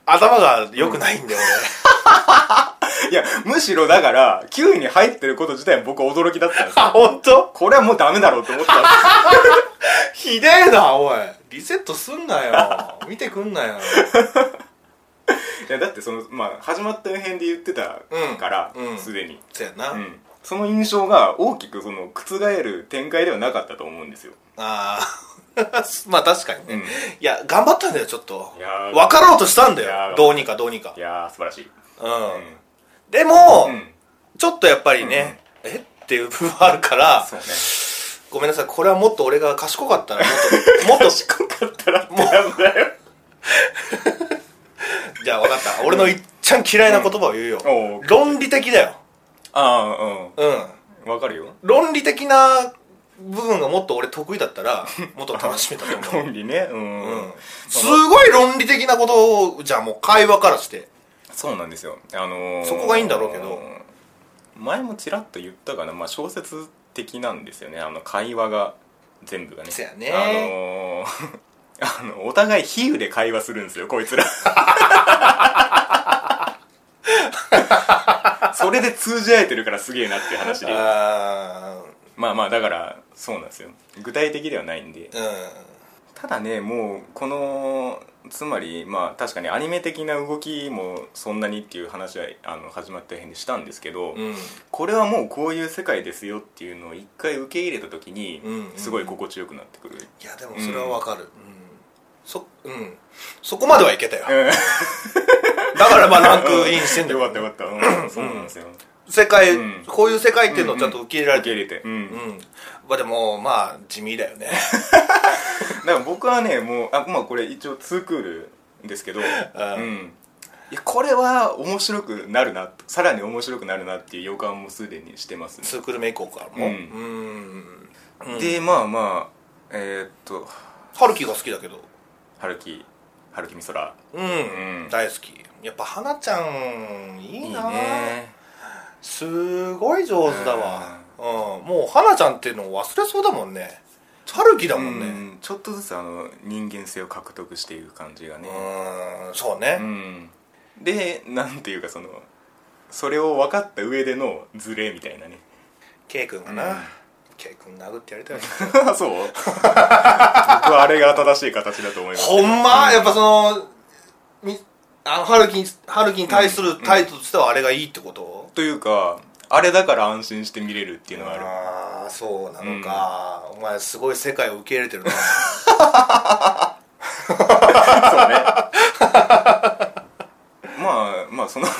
[SPEAKER 2] 頭が良くないんだよ
[SPEAKER 1] いやむしろだから9位に入ってること自体僕驚きだったんです
[SPEAKER 2] 俺
[SPEAKER 1] よ
[SPEAKER 2] あ本当？
[SPEAKER 1] これはもうダメだろうと思ったんです
[SPEAKER 2] ひでえなおいリセットすんな よ見てくんなよ
[SPEAKER 1] いやだってその、まあ、始まった辺で言ってたから
[SPEAKER 2] うん
[SPEAKER 1] すで、に、
[SPEAKER 2] そやな、
[SPEAKER 1] うんその印象が大きくその覆る展開ではなかったと思うんですよ
[SPEAKER 2] ああ まあ確かにね、
[SPEAKER 1] うん
[SPEAKER 2] いや頑張ったんだよちょっと
[SPEAKER 1] いやー
[SPEAKER 2] 分かろうとしたんだ
[SPEAKER 1] いや
[SPEAKER 2] よ
[SPEAKER 1] ー
[SPEAKER 2] どうにかどうにか
[SPEAKER 1] いやー素晴らしい
[SPEAKER 2] うん、
[SPEAKER 1] う
[SPEAKER 2] でも、
[SPEAKER 1] ん、うん、
[SPEAKER 2] ちょっとやっぱりね、えっていう部分はあるから
[SPEAKER 1] そうね
[SPEAKER 2] ごめんなさいこれはもっと俺が賢かったらも っともっと
[SPEAKER 1] 賢かったらってなんだよ
[SPEAKER 2] じゃあ分かった俺のいっちゃん嫌いな言葉を言うよ、
[SPEAKER 1] おう
[SPEAKER 2] 論理的だよ
[SPEAKER 1] ああ
[SPEAKER 2] うん
[SPEAKER 1] うんわかるよ
[SPEAKER 2] 論理的な部分がもっと俺得意だった らもっと楽しめた と思う、
[SPEAKER 1] 論理ねうん、
[SPEAKER 2] うん、すごい論理的なことをじゃあもう会話からして
[SPEAKER 1] そうなんですよあのー、
[SPEAKER 2] そこがいいんだろうけど
[SPEAKER 1] 前もちらっと言ったかな、まあ、小説的なんですよねあの会話が全部がね
[SPEAKER 2] そやね
[SPEAKER 1] あのー あのお互い比喩で会話するんですよこい つらそれで通じ合えてるからすげえなっていう話で
[SPEAKER 2] あ
[SPEAKER 1] まあまあだからそうなんですよ具体的ではないんで
[SPEAKER 2] ーうん
[SPEAKER 1] ただねもうこのつまりまあ確かにアニメ的な動きもそんなにっていう話はあの始まった辺でしたんですけど、
[SPEAKER 2] うん、
[SPEAKER 1] これはもうこういう世界ですよっていうのを一回受け入れた時に
[SPEAKER 2] うんうんうん
[SPEAKER 1] すごい心地よくなってくる、
[SPEAKER 2] いやでもそれはわかる、うんそうん、そこまではいけたよ、だからまあランクインしてんだ
[SPEAKER 1] よ
[SPEAKER 2] よ
[SPEAKER 1] かったよかった、うん、そうなんですよ
[SPEAKER 2] 世界、
[SPEAKER 1] うん
[SPEAKER 2] こういう世界っていうのをちゃんと受け入れられ
[SPEAKER 1] 受け
[SPEAKER 2] てる
[SPEAKER 1] 入れて、うん
[SPEAKER 2] うん、まあでもまあ地味だよね
[SPEAKER 1] だから僕はねもうあまあこれ一応ツークールですけど、うん、いやこれは面白くなるなさらに面白くなるなっていう予感もすでにしてますね
[SPEAKER 2] ツークール目以降からもう
[SPEAKER 1] うん
[SPEAKER 2] ん
[SPEAKER 1] でまあまあえーっと
[SPEAKER 2] 春樹が好きだけど
[SPEAKER 1] 春樹春樹美空
[SPEAKER 2] うん、
[SPEAKER 1] うん
[SPEAKER 2] 大好きやっぱ花ちゃんい
[SPEAKER 1] い
[SPEAKER 2] い
[SPEAKER 1] い
[SPEAKER 2] な
[SPEAKER 1] ね
[SPEAKER 2] すごい上手だわうん、もう花ちゃんっていうのを忘れそうだもんね春樹だ
[SPEAKER 1] う
[SPEAKER 2] もんね、
[SPEAKER 1] んちょっとずつあの人間性を獲得していく感じがね
[SPEAKER 2] うーんそうね、
[SPEAKER 1] うんでなんていうかそのそれを分かった上でのズレみたいなね
[SPEAKER 2] K 君が
[SPEAKER 1] うん
[SPEAKER 2] な、ケイ K 君殴ってやりたい
[SPEAKER 1] そう 僕はあれが正しい形だと思います
[SPEAKER 2] ほんまやっぱそのみあの春樹に春樹に対する態度としてはあれがいいってこと、
[SPEAKER 1] というかあれだから安心して見れるっていうのがある
[SPEAKER 2] ああそうなのか、お前すごい世界を受け入 れてるな
[SPEAKER 1] そうねまあまあその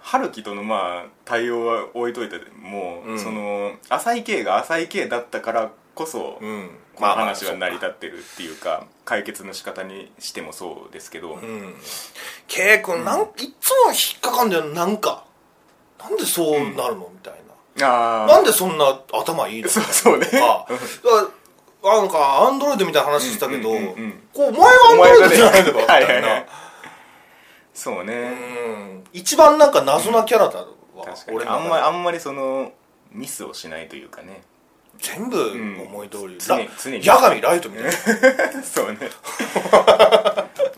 [SPEAKER 1] 春樹とのまあ対応は置いといてもう、
[SPEAKER 2] うん
[SPEAKER 1] その浅井圭が浅井圭だったからこそ、
[SPEAKER 2] ん
[SPEAKER 1] この話は成り立ってるっていうか解決の仕方にしてもそうですけど、
[SPEAKER 2] うん K 君なん、いつも引っかかんだよなんかなんでそうなるの、みたい
[SPEAKER 1] あ
[SPEAKER 2] な
[SPEAKER 1] あ
[SPEAKER 2] なんでそんな頭いい の
[SPEAKER 1] そう そうね
[SPEAKER 2] とかだからなんかアンドロイドみたいな話したけど、
[SPEAKER 1] うんうんうんうん
[SPEAKER 2] こうお前はアンドロイドじゃないのかみ た
[SPEAKER 1] はいい
[SPEAKER 2] な、
[SPEAKER 1] はいはいそうね、
[SPEAKER 2] うん一番なんか謎なキャラだわ、
[SPEAKER 1] 確かに
[SPEAKER 2] 俺の
[SPEAKER 1] あん
[SPEAKER 2] 中で
[SPEAKER 1] まりあんまりそのミスをしないというかね
[SPEAKER 2] 全部思い通り、
[SPEAKER 1] ん
[SPEAKER 2] ラ
[SPEAKER 1] 常に常に
[SPEAKER 2] 八神ライトみたいな
[SPEAKER 1] そう ね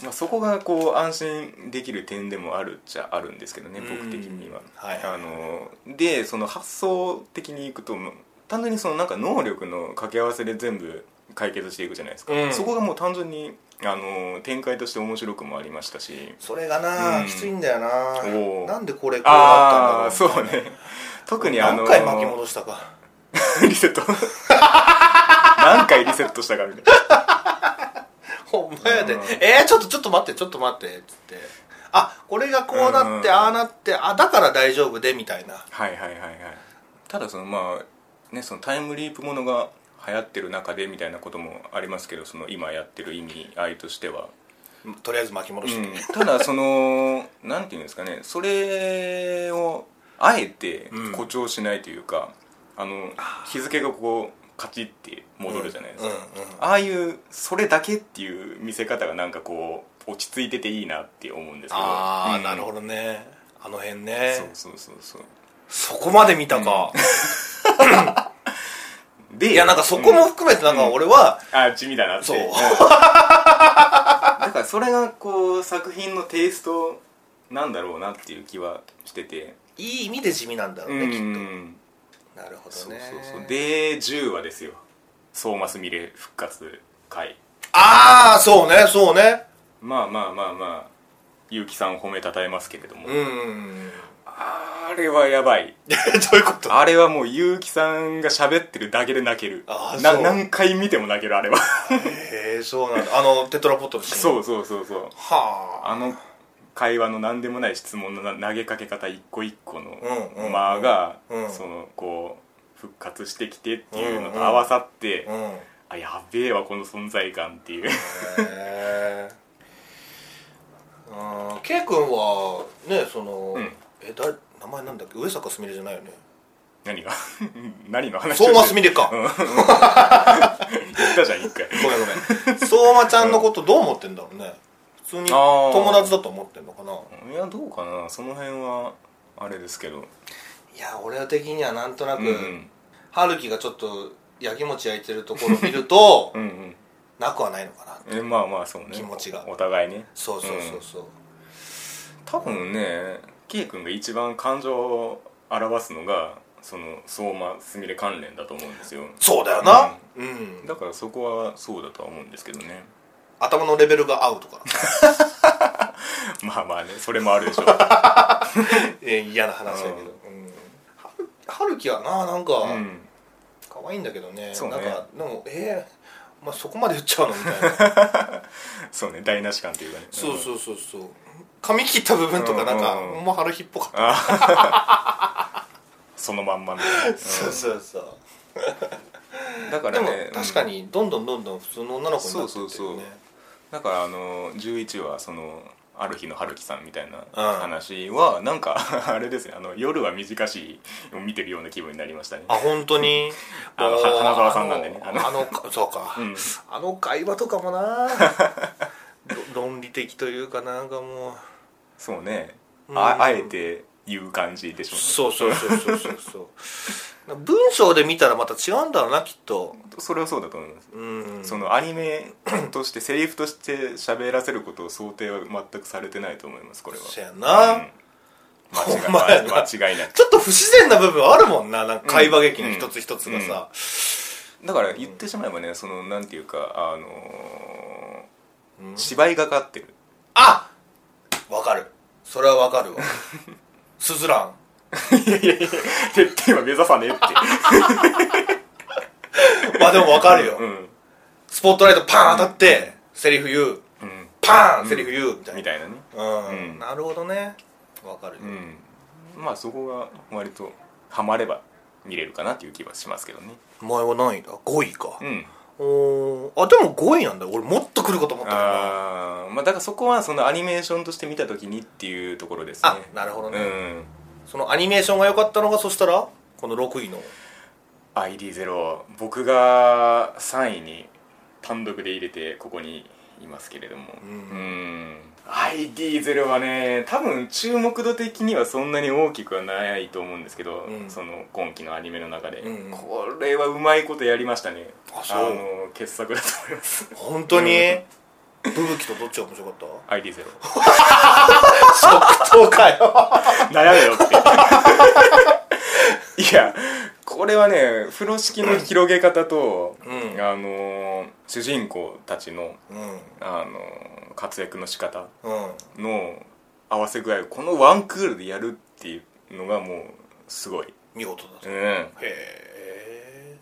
[SPEAKER 1] まあそこがこう安心できる点でもあるっちゃあるんですけどね僕的には
[SPEAKER 2] うんはい
[SPEAKER 1] あのでその発想的にいくともう単純にそのなんか能力の掛け合わせで全部解決していくじゃないですか、
[SPEAKER 2] うん
[SPEAKER 1] そこがもう単純にあの展開として面白くもありましたし
[SPEAKER 2] それが
[SPEAKER 1] う
[SPEAKER 2] な、
[SPEAKER 1] ん
[SPEAKER 2] きついんだよな
[SPEAKER 1] おう
[SPEAKER 2] なんでこれこう
[SPEAKER 1] あ
[SPEAKER 2] な
[SPEAKER 1] あ
[SPEAKER 2] ったんだろ
[SPEAKER 1] そうね特
[SPEAKER 2] う
[SPEAKER 1] にあの
[SPEAKER 2] 何回巻き戻したか
[SPEAKER 1] リセット 何回リセットしたかみたいな
[SPEAKER 2] ほんまやで、
[SPEAKER 1] うん
[SPEAKER 2] えー、ちょっとちょっと待ってちょっと待ってっつってあこれがこうなって、
[SPEAKER 1] うん
[SPEAKER 2] ああなってあだから大丈夫でみたいな
[SPEAKER 1] はいはいはいはいただそのまあねそのタイムリープものが流行ってる中でみたいなこともありますけどその今やってる意味合いとしては、
[SPEAKER 2] とりあえず巻き戻して、
[SPEAKER 1] ただその なんていうんですかねそれをあえて
[SPEAKER 2] うん
[SPEAKER 1] 誇張しないというか、あの日付がこうカチッて戻るじゃないです
[SPEAKER 2] う
[SPEAKER 1] か、
[SPEAKER 2] んうん
[SPEAKER 1] ああいうそれだけっていう見せ方がなんかこう落ち着いてていいなって思うんですけど
[SPEAKER 2] ああ、なる
[SPEAKER 1] ど
[SPEAKER 2] ほどねあの辺
[SPEAKER 1] そう
[SPEAKER 2] ね
[SPEAKER 1] そうそうそう
[SPEAKER 2] そこまで見たか、
[SPEAKER 1] で
[SPEAKER 2] いやなんかそこも含めてなんか俺は、
[SPEAKER 1] あ地味だなって
[SPEAKER 2] そうん
[SPEAKER 1] だからそれがこう作品のテイストなんだろうなっていう気はしてて
[SPEAKER 2] いい意味で地味なんだろ
[SPEAKER 1] う
[SPEAKER 2] うんね、
[SPEAKER 1] うん
[SPEAKER 2] きっ
[SPEAKER 1] うん
[SPEAKER 2] となるほ
[SPEAKER 1] そ
[SPEAKER 2] ど
[SPEAKER 1] う
[SPEAKER 2] ね
[SPEAKER 1] そうそうで10話ですよソーマスミレ復活回
[SPEAKER 2] ああそうねそうね
[SPEAKER 1] まあまあまあまあ結城さんを褒めたたえますけれども、
[SPEAKER 2] うん
[SPEAKER 1] あれはやばい
[SPEAKER 2] どういうこと
[SPEAKER 1] あれはもう結城さんが喋ってるだけで泣ける
[SPEAKER 2] あー
[SPEAKER 1] な
[SPEAKER 2] そう
[SPEAKER 1] 何回見ても泣けるあれは
[SPEAKER 2] へえそうなんだあのテトラポットのシー ン
[SPEAKER 1] そうそうそうそう
[SPEAKER 2] はあ
[SPEAKER 1] あの会話の何でもない質問のな投げかけ方一個一個の
[SPEAKER 2] うんうん
[SPEAKER 1] 間が、
[SPEAKER 2] うん
[SPEAKER 1] そのこう復活してきてっていうのと合わさって、
[SPEAKER 2] うんへ
[SPEAKER 1] あやべえわこの存在感っていう
[SPEAKER 2] えうん圭君はねその、
[SPEAKER 1] うん
[SPEAKER 2] えだ名前なんだっけ上坂すみれじゃないよね
[SPEAKER 1] 何が 何の話を
[SPEAKER 2] 相馬す
[SPEAKER 1] み
[SPEAKER 2] みれか、
[SPEAKER 1] 言ったじゃん一回
[SPEAKER 2] ごめんごめん 相馬ちゃんのことどう思ってんだろうね普通に
[SPEAKER 1] あー
[SPEAKER 2] 友達だと思ってんのかない
[SPEAKER 1] やどうかなその辺はあれですけど
[SPEAKER 2] いや俺的にはなんとな
[SPEAKER 1] う
[SPEAKER 2] く、
[SPEAKER 1] んうん
[SPEAKER 2] 春樹がちょっと焼き餅焼いてるところを見る と
[SPEAKER 1] うんうん
[SPEAKER 2] なくはないのかな
[SPEAKER 1] えまあまあそうね
[SPEAKER 2] 気持ちが
[SPEAKER 1] お互いね
[SPEAKER 2] そうそうそうそう、
[SPEAKER 1] 多分ね K 君が一番感情を表すのがその相馬すみれ関連だと思うんですよ
[SPEAKER 2] そうだよなうん、
[SPEAKER 1] だからそこはそうだとは思うんですけどね
[SPEAKER 2] 頭のレベルが合うとか
[SPEAKER 1] まあまあねそれもあるでしょう
[SPEAKER 2] えー嫌な話だけど、うん、春春樹はななんか
[SPEAKER 1] うん
[SPEAKER 2] 可愛いんだけどね,、
[SPEAKER 1] そうね
[SPEAKER 2] なんかでもえー、まあそこまで言っちゃうのみたいな
[SPEAKER 1] そうね台無し感というかね
[SPEAKER 2] そう
[SPEAKER 1] うん
[SPEAKER 2] そうそうそう髪切った部分とかなんか、
[SPEAKER 1] うんうんうん
[SPEAKER 2] もう春日っぽかった
[SPEAKER 1] そのまんまみたいな、
[SPEAKER 2] そうそうそう
[SPEAKER 1] うんだか
[SPEAKER 2] で
[SPEAKER 1] ら
[SPEAKER 2] も
[SPEAKER 1] ね
[SPEAKER 2] 確か
[SPEAKER 1] うん
[SPEAKER 2] にどんどんどんどん普通の女の子になってってる
[SPEAKER 1] そうそう
[SPEAKER 2] よ
[SPEAKER 1] そう
[SPEAKER 2] ね
[SPEAKER 1] だからあの11話そのある日の春樹さんみたいな
[SPEAKER 2] うん
[SPEAKER 1] 話はなんか あれですねあの夜は短しいを見てるような気分になりましたね
[SPEAKER 2] あ本当に
[SPEAKER 1] あの
[SPEAKER 2] もう
[SPEAKER 1] は花澤さんなんでね
[SPEAKER 2] あのあのそうか、
[SPEAKER 1] うん
[SPEAKER 2] あの会話とかもなど論理的というかなんかもう
[SPEAKER 1] そうね、
[SPEAKER 2] うん
[SPEAKER 1] ああえて言う感じでしょ
[SPEAKER 2] そうそうそうそうそ うそう文章で見たらまた違うんだろうなきっと
[SPEAKER 1] それはそうだと思います、
[SPEAKER 2] うん
[SPEAKER 1] そのアニメとしてセリフとして喋らせることを想定は全くされてないと思いますこれは
[SPEAKER 2] そやな、
[SPEAKER 1] うん間違
[SPEAKER 2] ほんまや
[SPEAKER 1] い
[SPEAKER 2] な
[SPEAKER 1] 間違いなく
[SPEAKER 2] ちょっと不自然な部分あるもんななんか会話劇の一つ一つがさ、
[SPEAKER 1] だから言ってしまえばねそのなんていうかあのー
[SPEAKER 2] うん
[SPEAKER 1] 芝居がかってる
[SPEAKER 2] あわかるそれはわ かるわスズラン
[SPEAKER 1] いやいやいやてって今目指さねえって
[SPEAKER 2] まあでもわかるよ、
[SPEAKER 1] うん、
[SPEAKER 2] スポットライトパーン当たって、セリフ言う
[SPEAKER 1] うん、
[SPEAKER 2] パーンセリフ言うみたい
[SPEAKER 1] み
[SPEAKER 2] な
[SPEAKER 1] たいなね
[SPEAKER 2] うん、
[SPEAKER 1] うん
[SPEAKER 2] なるほどねわかるよ、
[SPEAKER 1] うんまあそこが割とハマれば見れるかなっていう気はしますけどね
[SPEAKER 2] 前は何位だ5位か
[SPEAKER 1] う、ん
[SPEAKER 2] おーあでも5位なんだ俺もっと来るかと思ったけどな
[SPEAKER 1] あーまあだからそこはそのアニメーションとして見た時にっていうところですね
[SPEAKER 2] あなるほどね
[SPEAKER 1] うん
[SPEAKER 2] そのアニメーションが良かったのがそしたらこの6位の
[SPEAKER 1] ID0 僕が3位に単独で入れてここにいますけれどもうん ID0 はね多分注目度的にはそんなに大きくはないと思うんですけど、
[SPEAKER 2] うん
[SPEAKER 1] その今期のアニメの中で、
[SPEAKER 2] うんうん
[SPEAKER 1] これはうまいことやりましたね
[SPEAKER 2] あそう
[SPEAKER 1] の傑作だと思います
[SPEAKER 2] 本当に、
[SPEAKER 1] うん
[SPEAKER 2] ブブキとどっちが面白かった
[SPEAKER 1] ID0
[SPEAKER 2] そうかよ
[SPEAKER 1] 悩めよ っていやこれはね風呂敷の広げ方と、
[SPEAKER 2] うん
[SPEAKER 1] あのー主人公たちの、
[SPEAKER 2] うん
[SPEAKER 1] あのー活躍の仕方
[SPEAKER 2] うん
[SPEAKER 1] の合わせ具合をこのワンクールでやるっていうのがもうすごい、
[SPEAKER 2] 見事だ、
[SPEAKER 1] う
[SPEAKER 2] へ
[SPEAKER 1] ん、
[SPEAKER 2] え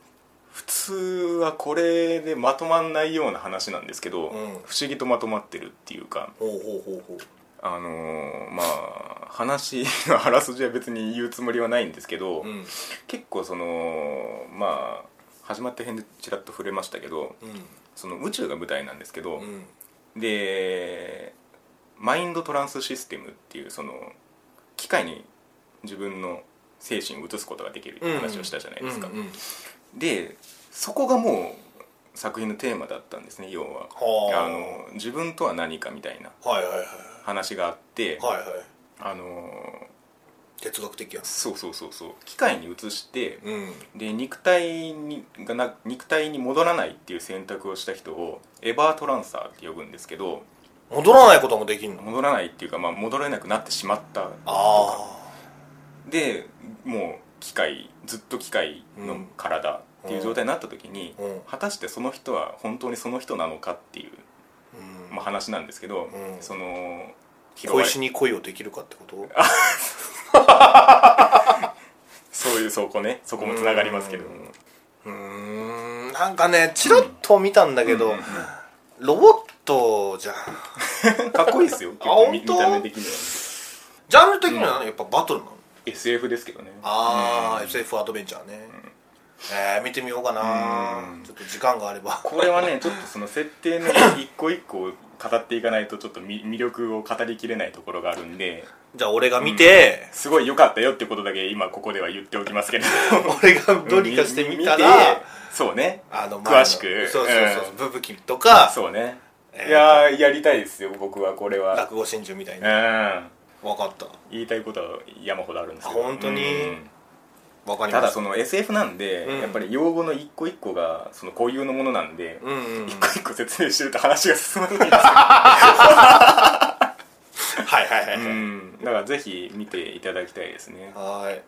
[SPEAKER 1] 普通はこれでまとまんないような話なんですけど、
[SPEAKER 2] ん
[SPEAKER 1] 不思議とまとまってるっていうか
[SPEAKER 2] ほうほうほうほう
[SPEAKER 1] あのーまあ話のあらすじは別に言うつもりはないんですけど、
[SPEAKER 2] うん
[SPEAKER 1] 結構そのまあ始まった辺でちらっと触れましたけど
[SPEAKER 2] う
[SPEAKER 1] その宇宙が舞台なんですけど
[SPEAKER 2] んう、ん
[SPEAKER 1] でマインドトランスシステムっていうその機械に自分の精神を移すことができるって話をしたじゃないですか、
[SPEAKER 2] うんうん
[SPEAKER 1] でそこがもう作品のテーマだったんですね要は
[SPEAKER 2] はあ
[SPEAKER 1] あの自分とは何かみたいな
[SPEAKER 2] はいはいはい
[SPEAKER 1] 話があって、
[SPEAKER 2] はいはい
[SPEAKER 1] あの
[SPEAKER 2] 哲学的やん
[SPEAKER 1] そうそうそうそう機械に移して
[SPEAKER 2] うん
[SPEAKER 1] で肉体にがな肉体に戻らないっていう選択をした人をエバートランサーって呼ぶんですけど
[SPEAKER 2] 戻らないこともできんの
[SPEAKER 1] 戻らないっていうか、まあ、戻れなくなってしまった
[SPEAKER 2] あ
[SPEAKER 1] でもう機械ずっと機械の体っていう状態になった時に、
[SPEAKER 2] うんうん
[SPEAKER 1] 果たしてその人は本当にその人なのかっていう、
[SPEAKER 2] あうん
[SPEAKER 1] まあ、話なんですけど、
[SPEAKER 2] うん
[SPEAKER 1] その拾わ
[SPEAKER 2] 小
[SPEAKER 1] れ
[SPEAKER 2] 石に恋をできるかってこと
[SPEAKER 1] そういうそこねそこもつながりますけど、
[SPEAKER 2] うんうーんなんかねチラッと見たんだけど、
[SPEAKER 1] うんうん
[SPEAKER 2] ロボットじゃん
[SPEAKER 1] かっこいいですよ結
[SPEAKER 2] あ
[SPEAKER 1] 構み
[SPEAKER 2] 本当
[SPEAKER 1] 見た目的には
[SPEAKER 2] ジャンル的にはやっぱバトルなの
[SPEAKER 1] SF ですけどね
[SPEAKER 2] ああ、SF アドベンチャーね、えー、見てみようかな、
[SPEAKER 1] うん
[SPEAKER 2] ちょっと時間があれば
[SPEAKER 1] これはねちょっとその設定の一個一個を語っていかないとちょっとみ魅力を語りきれないところがあるんで
[SPEAKER 2] じゃあ俺が見て、
[SPEAKER 1] すごい良かったよってことだけ今ここでは言っておきますけれど
[SPEAKER 2] 俺がどうにかしてみたら、
[SPEAKER 1] 見てそうね
[SPEAKER 2] あの
[SPEAKER 1] 詳しく
[SPEAKER 2] そうそうそう、
[SPEAKER 1] ん
[SPEAKER 2] ブブキとか
[SPEAKER 1] そうね
[SPEAKER 2] えー
[SPEAKER 1] いやーやりたいですよ僕はこれは
[SPEAKER 2] 落語真珠みたい
[SPEAKER 1] うん
[SPEAKER 2] な分かった
[SPEAKER 1] 言いたいことは山ほどあるんですけど
[SPEAKER 2] あ本当に
[SPEAKER 1] うん
[SPEAKER 2] 分かり
[SPEAKER 1] た
[SPEAKER 2] ま
[SPEAKER 1] だ
[SPEAKER 2] し
[SPEAKER 1] そ
[SPEAKER 2] た
[SPEAKER 1] の SF なんで、
[SPEAKER 2] うん
[SPEAKER 1] やっぱり用語の一個一個がその固有のものなんで、
[SPEAKER 2] うんうん、うん、
[SPEAKER 1] 一
[SPEAKER 2] は
[SPEAKER 1] 個一個説明してると話が進まないんです よ、
[SPEAKER 2] いはいはい、は
[SPEAKER 1] だ
[SPEAKER 2] い
[SPEAKER 1] からぜひ見ていただきたいですね
[SPEAKER 2] はー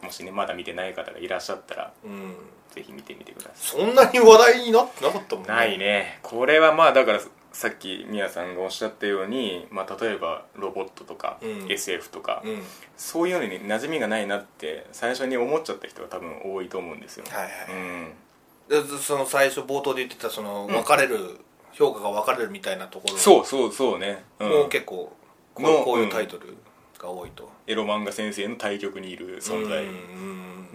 [SPEAKER 2] い、
[SPEAKER 1] もしねまだ見てない方がいらっしゃったら
[SPEAKER 2] うん、
[SPEAKER 1] ぜひ見てみてくださ
[SPEAKER 2] そんなに話題になってなかったもん
[SPEAKER 1] いないねこれはまあだからさっきみやさんがおっしゃったように、まあ、例えばロボットとか、
[SPEAKER 2] うん
[SPEAKER 1] SF とか、
[SPEAKER 2] うん
[SPEAKER 1] そういうのに馴染みがないなって最初に思っちゃった人が多分多いと思うんですよ、
[SPEAKER 2] はいはい
[SPEAKER 1] うん
[SPEAKER 2] でその最初冒頭で言ってたその分かれる、評価が分かれるみたいなところ
[SPEAKER 1] そうそうそうね、うん
[SPEAKER 2] もう結構こう
[SPEAKER 1] の
[SPEAKER 2] こういううんタイトルが多いと、
[SPEAKER 1] エロ漫画先生の対局にいる存在、
[SPEAKER 2] う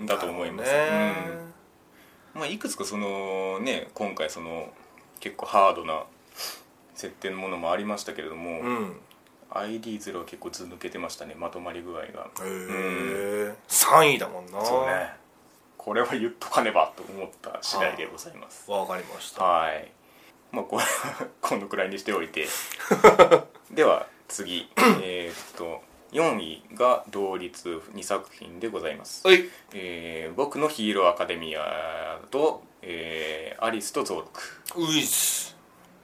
[SPEAKER 2] ん
[SPEAKER 1] だと思います
[SPEAKER 2] なるほどね
[SPEAKER 1] まあ、いくつかそのね今回その結構ハードな設定のものもありましたけれども、
[SPEAKER 2] うん、
[SPEAKER 1] ID0 は結構ず抜けてましたねまとまり具合が
[SPEAKER 2] へえ、3位だもんな
[SPEAKER 1] そうねこれは言っとかねばと思った次第でございます
[SPEAKER 2] わかりました
[SPEAKER 1] はいまあこれ はこのくらいにしておい てでは次えーっと4位が同率2作品でございます
[SPEAKER 2] はい
[SPEAKER 1] えー僕のヒーローアカデミアと、えーアリスとゾウロク
[SPEAKER 2] ウィス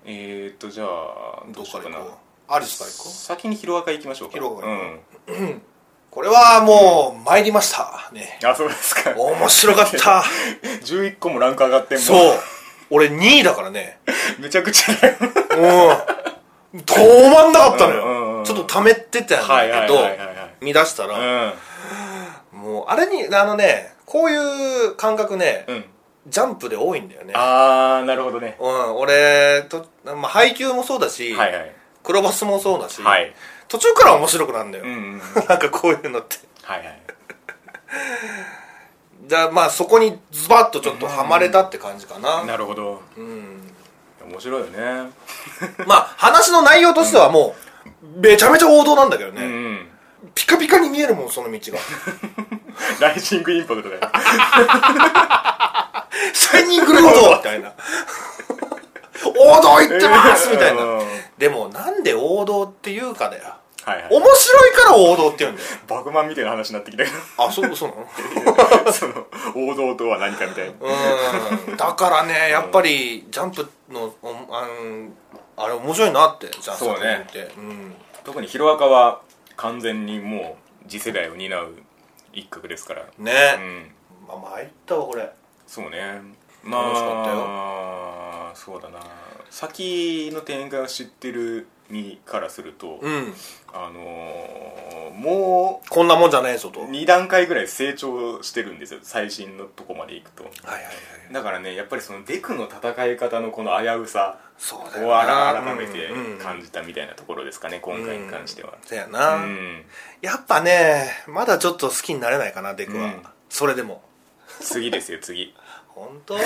[SPEAKER 1] えー、っとじゃあ
[SPEAKER 2] ど
[SPEAKER 1] ど
[SPEAKER 2] っ
[SPEAKER 1] うしよ
[SPEAKER 2] か
[SPEAKER 1] うからな
[SPEAKER 2] 行こうアリスから行こう
[SPEAKER 1] 先にヒロアカ行きましょうか
[SPEAKER 2] ヒロアカ
[SPEAKER 1] う
[SPEAKER 2] 行こうんこれはもう参りましたね
[SPEAKER 1] あそうです か
[SPEAKER 2] 面白かった
[SPEAKER 1] 11個もランク上がってんもん
[SPEAKER 2] そう俺2位だからね
[SPEAKER 1] めちゃくちゃだ よ
[SPEAKER 2] うん 止まんなかったの
[SPEAKER 1] うんうんう
[SPEAKER 2] よ
[SPEAKER 1] ん
[SPEAKER 2] ちょっと溜めてたん
[SPEAKER 1] はいは
[SPEAKER 2] だ
[SPEAKER 1] い
[SPEAKER 2] けど
[SPEAKER 1] はいはいはい
[SPEAKER 2] 見出したらもうあれにあのねこういう感覚ね
[SPEAKER 1] うん、うん、
[SPEAKER 2] ジャンプで多いんだよね
[SPEAKER 1] ああなるほどね
[SPEAKER 2] うん、俺と、まあ、配給もそうだし、
[SPEAKER 1] はいはい
[SPEAKER 2] クロバスもそうだし、
[SPEAKER 1] はい
[SPEAKER 2] 途中から面白くなるんだよ、
[SPEAKER 1] うん、うん、はい
[SPEAKER 2] なんかこういうのって
[SPEAKER 1] はい
[SPEAKER 2] じゃあまあそこにズバッとちょっとはまれたって感じかな、
[SPEAKER 1] なるほど
[SPEAKER 2] うん
[SPEAKER 1] 面白いよね
[SPEAKER 2] まあ話の内容としてはもうめちゃめちゃ王道なんだけどね、
[SPEAKER 1] うん、うん、
[SPEAKER 2] ピカピカに見えるもんその道 が
[SPEAKER 1] ライジングインパクトだよ
[SPEAKER 2] シャイニングロードみたいな王道行ってますみたい
[SPEAKER 1] う
[SPEAKER 2] なんでもなんで王道っていうかだよ
[SPEAKER 1] はいはい
[SPEAKER 2] 面白いから王道って言うんだよ
[SPEAKER 1] バグマンみたいな話になってきたけ
[SPEAKER 2] あそうそうなの
[SPEAKER 1] どその王道とは何かみたいな
[SPEAKER 2] うんだからねやっぱりジャンプのおあのあれ面白いなってじゃあ
[SPEAKER 1] そうね
[SPEAKER 2] 作品って、
[SPEAKER 1] 特にヒロアカは完全にもう次世代を担う一角ですから
[SPEAKER 2] うん、ね
[SPEAKER 1] う、ん
[SPEAKER 2] まあ参ったわこれ
[SPEAKER 1] そうねま
[SPEAKER 2] 楽しかった
[SPEAKER 1] あそうだな先の展開を知ってる身からすると、
[SPEAKER 2] うん
[SPEAKER 1] あのーも
[SPEAKER 2] こんなもんじゃねえぞとは
[SPEAKER 1] う
[SPEAKER 2] い
[SPEAKER 1] 2段階ぐらい成長してるんですよ最新のとこまで行くと
[SPEAKER 2] はいはい
[SPEAKER 1] だからねやっぱりそのデクの戦い方のこの危うさ
[SPEAKER 2] そうだよ
[SPEAKER 1] を
[SPEAKER 2] な
[SPEAKER 1] 改改めて
[SPEAKER 2] うんうん
[SPEAKER 1] 感じたみたいなところですかね、今回に関しては
[SPEAKER 2] そうやな、
[SPEAKER 1] うん
[SPEAKER 2] やっぱねまだちょっと好きになれないかなデクは、
[SPEAKER 1] うん
[SPEAKER 2] それでも
[SPEAKER 1] 次ですよ次
[SPEAKER 2] 本当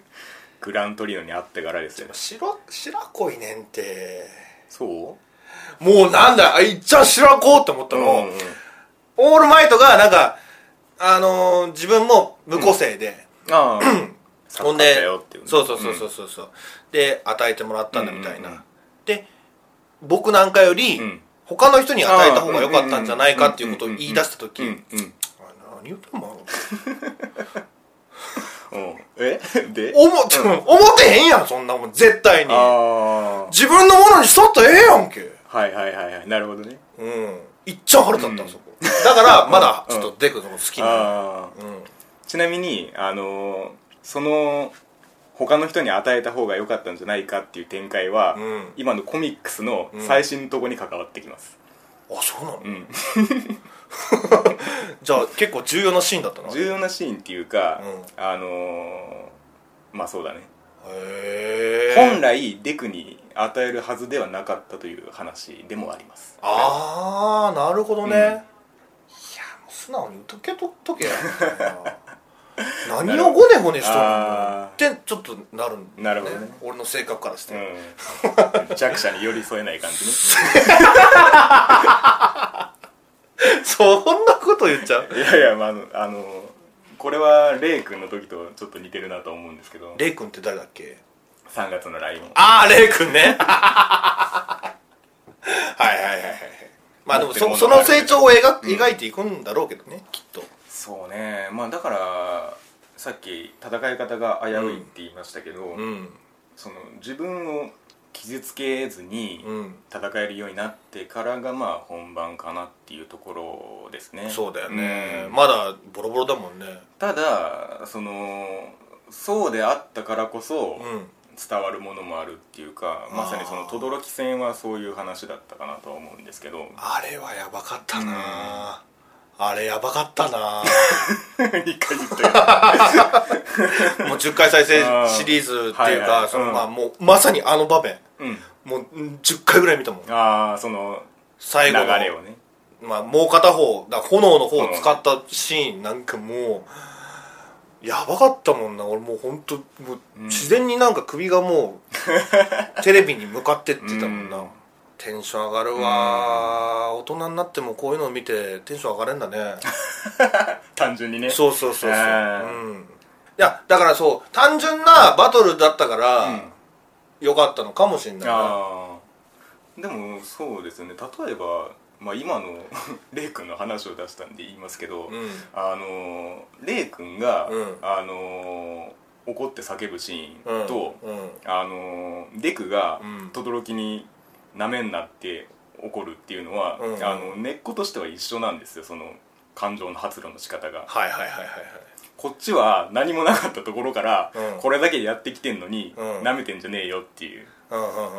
[SPEAKER 1] グラントリノに会ってからですよ
[SPEAKER 2] 白白子いねんって
[SPEAKER 1] そう
[SPEAKER 2] もうなんだあいっちゃん白子って思ったの、
[SPEAKER 1] うんうん
[SPEAKER 2] オールマイトがなんか、あのー自分も無個性で、
[SPEAKER 1] ああ
[SPEAKER 2] ほん
[SPEAKER 1] 助かっ
[SPEAKER 2] で
[SPEAKER 1] たよっていうね
[SPEAKER 2] そうそうそうそうそうそうで与えてもらったんだみたいな、で僕なんかより、
[SPEAKER 1] うん
[SPEAKER 2] 他の人に与えた方が良かったんじゃないかっていうことを言い出した時、
[SPEAKER 1] うんうん
[SPEAKER 2] あ何言ってんの
[SPEAKER 1] うん えで
[SPEAKER 2] 思って、思ってへんやんそんなもん絶対に
[SPEAKER 1] ああ
[SPEAKER 2] 自分のものにしとったらええやんけ
[SPEAKER 1] はいはいはいはいなるほどね
[SPEAKER 2] うんいっちゃん腹立ったんそこ、だからまだちょっとデクのこと好きなの
[SPEAKER 1] ああ
[SPEAKER 2] うん
[SPEAKER 1] ちなみにあのーその他の人に与えた方が良かったんじゃないかっていう展開は、
[SPEAKER 2] うん
[SPEAKER 1] 今のコミックスの最新のとこに関わってきます、
[SPEAKER 2] あそうなの、
[SPEAKER 1] ん
[SPEAKER 2] じゃあ結構重要なシーンだったなへ
[SPEAKER 1] 重要なシーンっていうか、
[SPEAKER 2] う
[SPEAKER 1] あのーまあそうだね、
[SPEAKER 2] え
[SPEAKER 1] 本来デクに与えるはずではなかったという話でもあります
[SPEAKER 2] ああなるほどね、
[SPEAKER 1] うん
[SPEAKER 2] いやもう素直に受け取っ とけや何をごねごねしと
[SPEAKER 1] あ
[SPEAKER 2] るのってちょっとなるんだ
[SPEAKER 1] なる
[SPEAKER 2] よ
[SPEAKER 1] ほどね
[SPEAKER 2] 俺の性格からして、
[SPEAKER 1] うん弱者に寄り添えない感じね
[SPEAKER 2] そんなこと言っちゃう
[SPEAKER 1] いやいや、まああの、あのこれはレイ君の時とちょっと似てるなと思うんですけど
[SPEAKER 2] レイ君って誰だっけ
[SPEAKER 1] 3月のライオン
[SPEAKER 2] ああレイ 君ねはいはいはいはいまあでも
[SPEAKER 1] 持
[SPEAKER 2] そ
[SPEAKER 1] って
[SPEAKER 2] そ
[SPEAKER 1] るものがあ
[SPEAKER 2] の
[SPEAKER 1] る
[SPEAKER 2] 成長を描,、描いていくんだろうけどねきっと
[SPEAKER 1] そうねまあだからさっき戦い方が危ういって言いましたけど、
[SPEAKER 2] うん
[SPEAKER 1] その自分を傷つけずに
[SPEAKER 2] うん
[SPEAKER 1] 戦えるようになってからがまあ本番かなっていうところですね
[SPEAKER 2] そうだよね、
[SPEAKER 1] うん
[SPEAKER 2] まだボロボロだもんね
[SPEAKER 1] ただそのそうであったからこそ、
[SPEAKER 2] うん
[SPEAKER 1] 伝わるものもあるっていうかまさにその
[SPEAKER 2] あー
[SPEAKER 1] 轟戦はそういう話だったかなとは思うんですけど
[SPEAKER 2] あれはやばかったな、あれやばかったな
[SPEAKER 1] 二回言ったけど
[SPEAKER 2] もう10回再生
[SPEAKER 1] あー
[SPEAKER 2] シリーズって
[SPEAKER 1] はい
[SPEAKER 2] いう
[SPEAKER 1] は
[SPEAKER 2] か
[SPEAKER 1] い
[SPEAKER 2] そのまあ
[SPEAKER 1] う
[SPEAKER 2] もうまさにあの場面
[SPEAKER 1] うん
[SPEAKER 2] もうん10回ぐらい見たもん
[SPEAKER 1] ああその流
[SPEAKER 2] 最後の
[SPEAKER 1] れをね
[SPEAKER 2] まあ、もう片方だから炎の方を使ったシーンなんかもうやばかったもんな俺もう本当もう自然になんか首がも うテレビに向かってってたもんな、
[SPEAKER 1] うん
[SPEAKER 2] テンション上がるわ、大人になってもこういうのを見てテンション上がれんだね
[SPEAKER 1] 単純にね
[SPEAKER 2] そうそうそうそう、う
[SPEAKER 1] あー
[SPEAKER 2] ん、いやだからそう単純なバトルだったから、よかったのかもしれないな
[SPEAKER 1] ああでもそうですよね例えば、まあ、今の レイ君の話を出したんで言いますけど、
[SPEAKER 2] うん
[SPEAKER 1] あのーレイ君が、
[SPEAKER 2] うん
[SPEAKER 1] あのー怒って叫ぶシーンと、
[SPEAKER 2] うんうん
[SPEAKER 1] あのーデクが
[SPEAKER 2] うん
[SPEAKER 1] 轟になめんなって怒るっていうのは、
[SPEAKER 2] うん
[SPEAKER 1] あの根っことしては一緒なんですよその感情の発露の仕方が
[SPEAKER 2] はいはいはいはいはい
[SPEAKER 1] こっちは何もなかったところから、
[SPEAKER 2] うん
[SPEAKER 1] これだけやってきてんのに、
[SPEAKER 2] うん
[SPEAKER 1] なめてんじゃねえよっていう
[SPEAKER 2] うんうんうんうん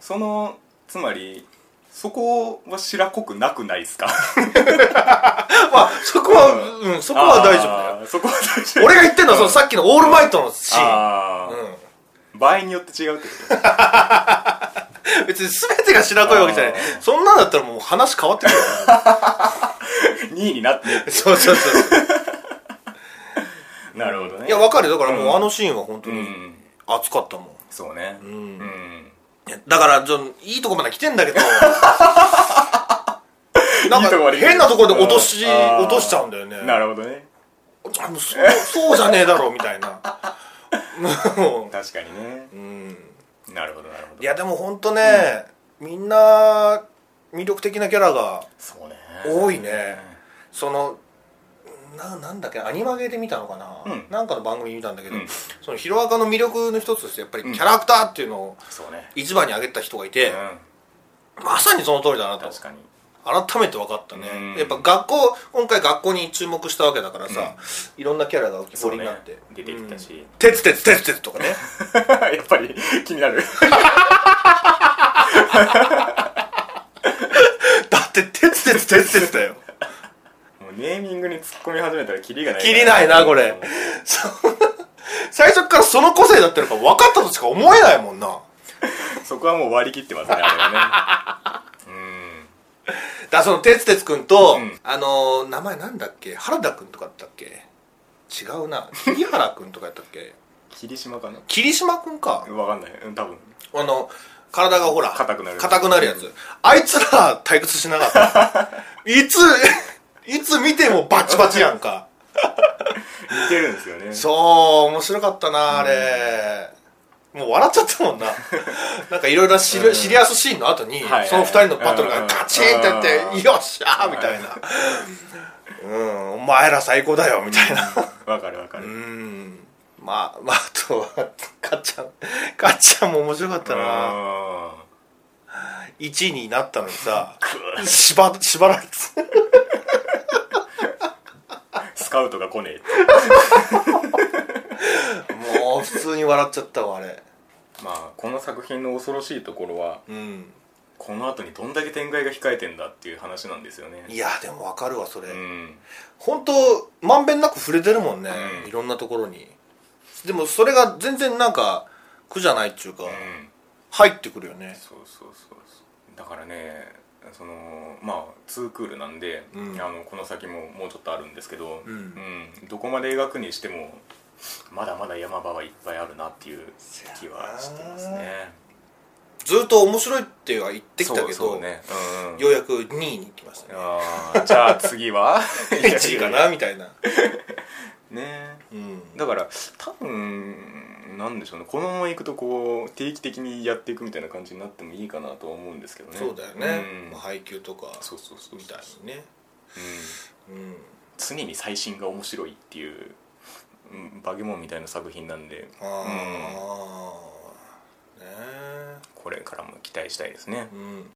[SPEAKER 1] そのつまりそこは白濃くなくないですか
[SPEAKER 2] まあ、そこは、うん、そこは大丈夫だよ。
[SPEAKER 1] あーそこは大丈夫
[SPEAKER 2] 俺が言ってんのは、そのさっきのオールマイトのシーン。
[SPEAKER 1] あー
[SPEAKER 2] う
[SPEAKER 1] 場合によって違うってこと
[SPEAKER 2] ん。別に全てが白濃いわけじゃない
[SPEAKER 1] あ。ー
[SPEAKER 2] そんなんだったらもう話変わってくるよ。
[SPEAKER 1] 2位になってね
[SPEAKER 2] そうそうそう。
[SPEAKER 1] なるほどね
[SPEAKER 2] いや、わかるよ。だからもう
[SPEAKER 1] うん
[SPEAKER 2] あのシーンは本当
[SPEAKER 1] う
[SPEAKER 2] に
[SPEAKER 1] ん
[SPEAKER 2] 熱かったもん。
[SPEAKER 1] そうねうんん
[SPEAKER 2] いやだから、じゃあいいとこまで来てん だけど。なん
[SPEAKER 1] いいとこまで来て
[SPEAKER 2] か
[SPEAKER 1] る
[SPEAKER 2] 変なところで落とし、
[SPEAKER 1] あー
[SPEAKER 2] 落としちゃうんだよね。
[SPEAKER 1] なるほどね
[SPEAKER 2] あもうそうそうじゃねえだろ、みたいな。 も
[SPEAKER 1] 確かにね
[SPEAKER 2] う。うん
[SPEAKER 1] なるほどなるほど
[SPEAKER 2] いやでも本当ね、みんな魅力的なキャラが
[SPEAKER 1] そうね
[SPEAKER 2] 多いねそのななんだっけアニマゲーで見たのかな、
[SPEAKER 1] うん
[SPEAKER 2] なんかの番組見たんだけど、
[SPEAKER 1] うん
[SPEAKER 2] そのヒロアカの魅力の一つとしてやっぱりキャラクターっていうのを
[SPEAKER 1] そうね
[SPEAKER 2] 一番に挙げた人がいて、
[SPEAKER 1] う
[SPEAKER 2] まさにその通りだなんと
[SPEAKER 1] 確かに
[SPEAKER 2] 改めて分かったね、
[SPEAKER 1] うん
[SPEAKER 2] やっぱ学校今回学校に注目したわけだからさ、いろんなキャラが浮き彫りになって、
[SPEAKER 1] そうね出てきたし
[SPEAKER 2] うん鉄鉄鉄鉄とかね
[SPEAKER 1] やっぱり気になる
[SPEAKER 2] だって鉄鉄鉄鉄だよ
[SPEAKER 1] もうネーミングに突っ込み始めたらキリがない
[SPEAKER 2] 切りないなこれ そ最初からその個性だったのか分かったとしか思えないもんな
[SPEAKER 1] そこはもう割り切ってますねあれはね
[SPEAKER 2] だからその哲哲君と、
[SPEAKER 1] うん
[SPEAKER 2] あのー名前なんだっけ原田君とかだったっけ違うな桐原君とかやったっけ
[SPEAKER 1] うん霧島かな
[SPEAKER 2] 桐島君か
[SPEAKER 1] 分かんないうん多分
[SPEAKER 2] あの体がほら
[SPEAKER 1] 硬くなる
[SPEAKER 2] 硬くなるやつあいつら退屈し な かったいついつ見てもバチバチやんか
[SPEAKER 1] 似てるんですよね
[SPEAKER 2] そう面白かったなあれ、もう笑っちゃったも んななんかいろいろシリシリアスシーンの後に、
[SPEAKER 1] はいはい
[SPEAKER 2] その二人のバトルがガチンってやって
[SPEAKER 1] うん
[SPEAKER 2] 「よっしゃー!」みたいな「うんお前ら最高だよ」みたいな
[SPEAKER 1] わかるわかる、
[SPEAKER 2] うんまあまああとはかっちゃんかっちゃんも面白かったな
[SPEAKER 1] あ
[SPEAKER 2] 1位になったのにさ縛縛られて
[SPEAKER 1] ースカウトが来ねえって
[SPEAKER 2] もう普通に笑っちゃったわあれ
[SPEAKER 1] まあこの作品の恐ろしいところは
[SPEAKER 2] うん
[SPEAKER 1] この後にどんだけ展開が控えてんだっていう話なんですよね
[SPEAKER 2] いやでもわかるわそれ、
[SPEAKER 1] うん
[SPEAKER 2] 本当まんべんなく触れてるもんね、
[SPEAKER 1] うん
[SPEAKER 2] いろんなところにでもそれが全然なんか苦じゃないっていうか、
[SPEAKER 1] うん
[SPEAKER 2] 入ってくるよね
[SPEAKER 1] そうそうそうそうだからねそのまあツークールなんで、
[SPEAKER 2] うん
[SPEAKER 1] あのこの先ももうちょっとあるんですけど、
[SPEAKER 2] うん
[SPEAKER 1] うんどこまで描くにしてもまだまだ山場はいっぱいあるなっていう気はしてますね
[SPEAKER 2] ずっと面白いっては言ってきたけど
[SPEAKER 1] そうそうね、うんうん
[SPEAKER 2] ようやく2位に行きましたね
[SPEAKER 1] あーじゃあ次は
[SPEAKER 2] 1位かなみた いな、
[SPEAKER 1] ね
[SPEAKER 2] うん、
[SPEAKER 1] だから多分なんでしょうねこのままいくとこう定期的にやっていくみたいな感じになってもいいかなとは思うんですけどね
[SPEAKER 2] そうだよね、
[SPEAKER 1] うん
[SPEAKER 2] まあ、配給とか
[SPEAKER 1] そうそうそうそう
[SPEAKER 2] みたいにね
[SPEAKER 1] うん
[SPEAKER 2] うん
[SPEAKER 1] 常に最新が面白いっていう、うん、バゲモンみたいな作品なんで、うん
[SPEAKER 2] ああ、ねえ
[SPEAKER 1] これからも期待したいですね。
[SPEAKER 2] うん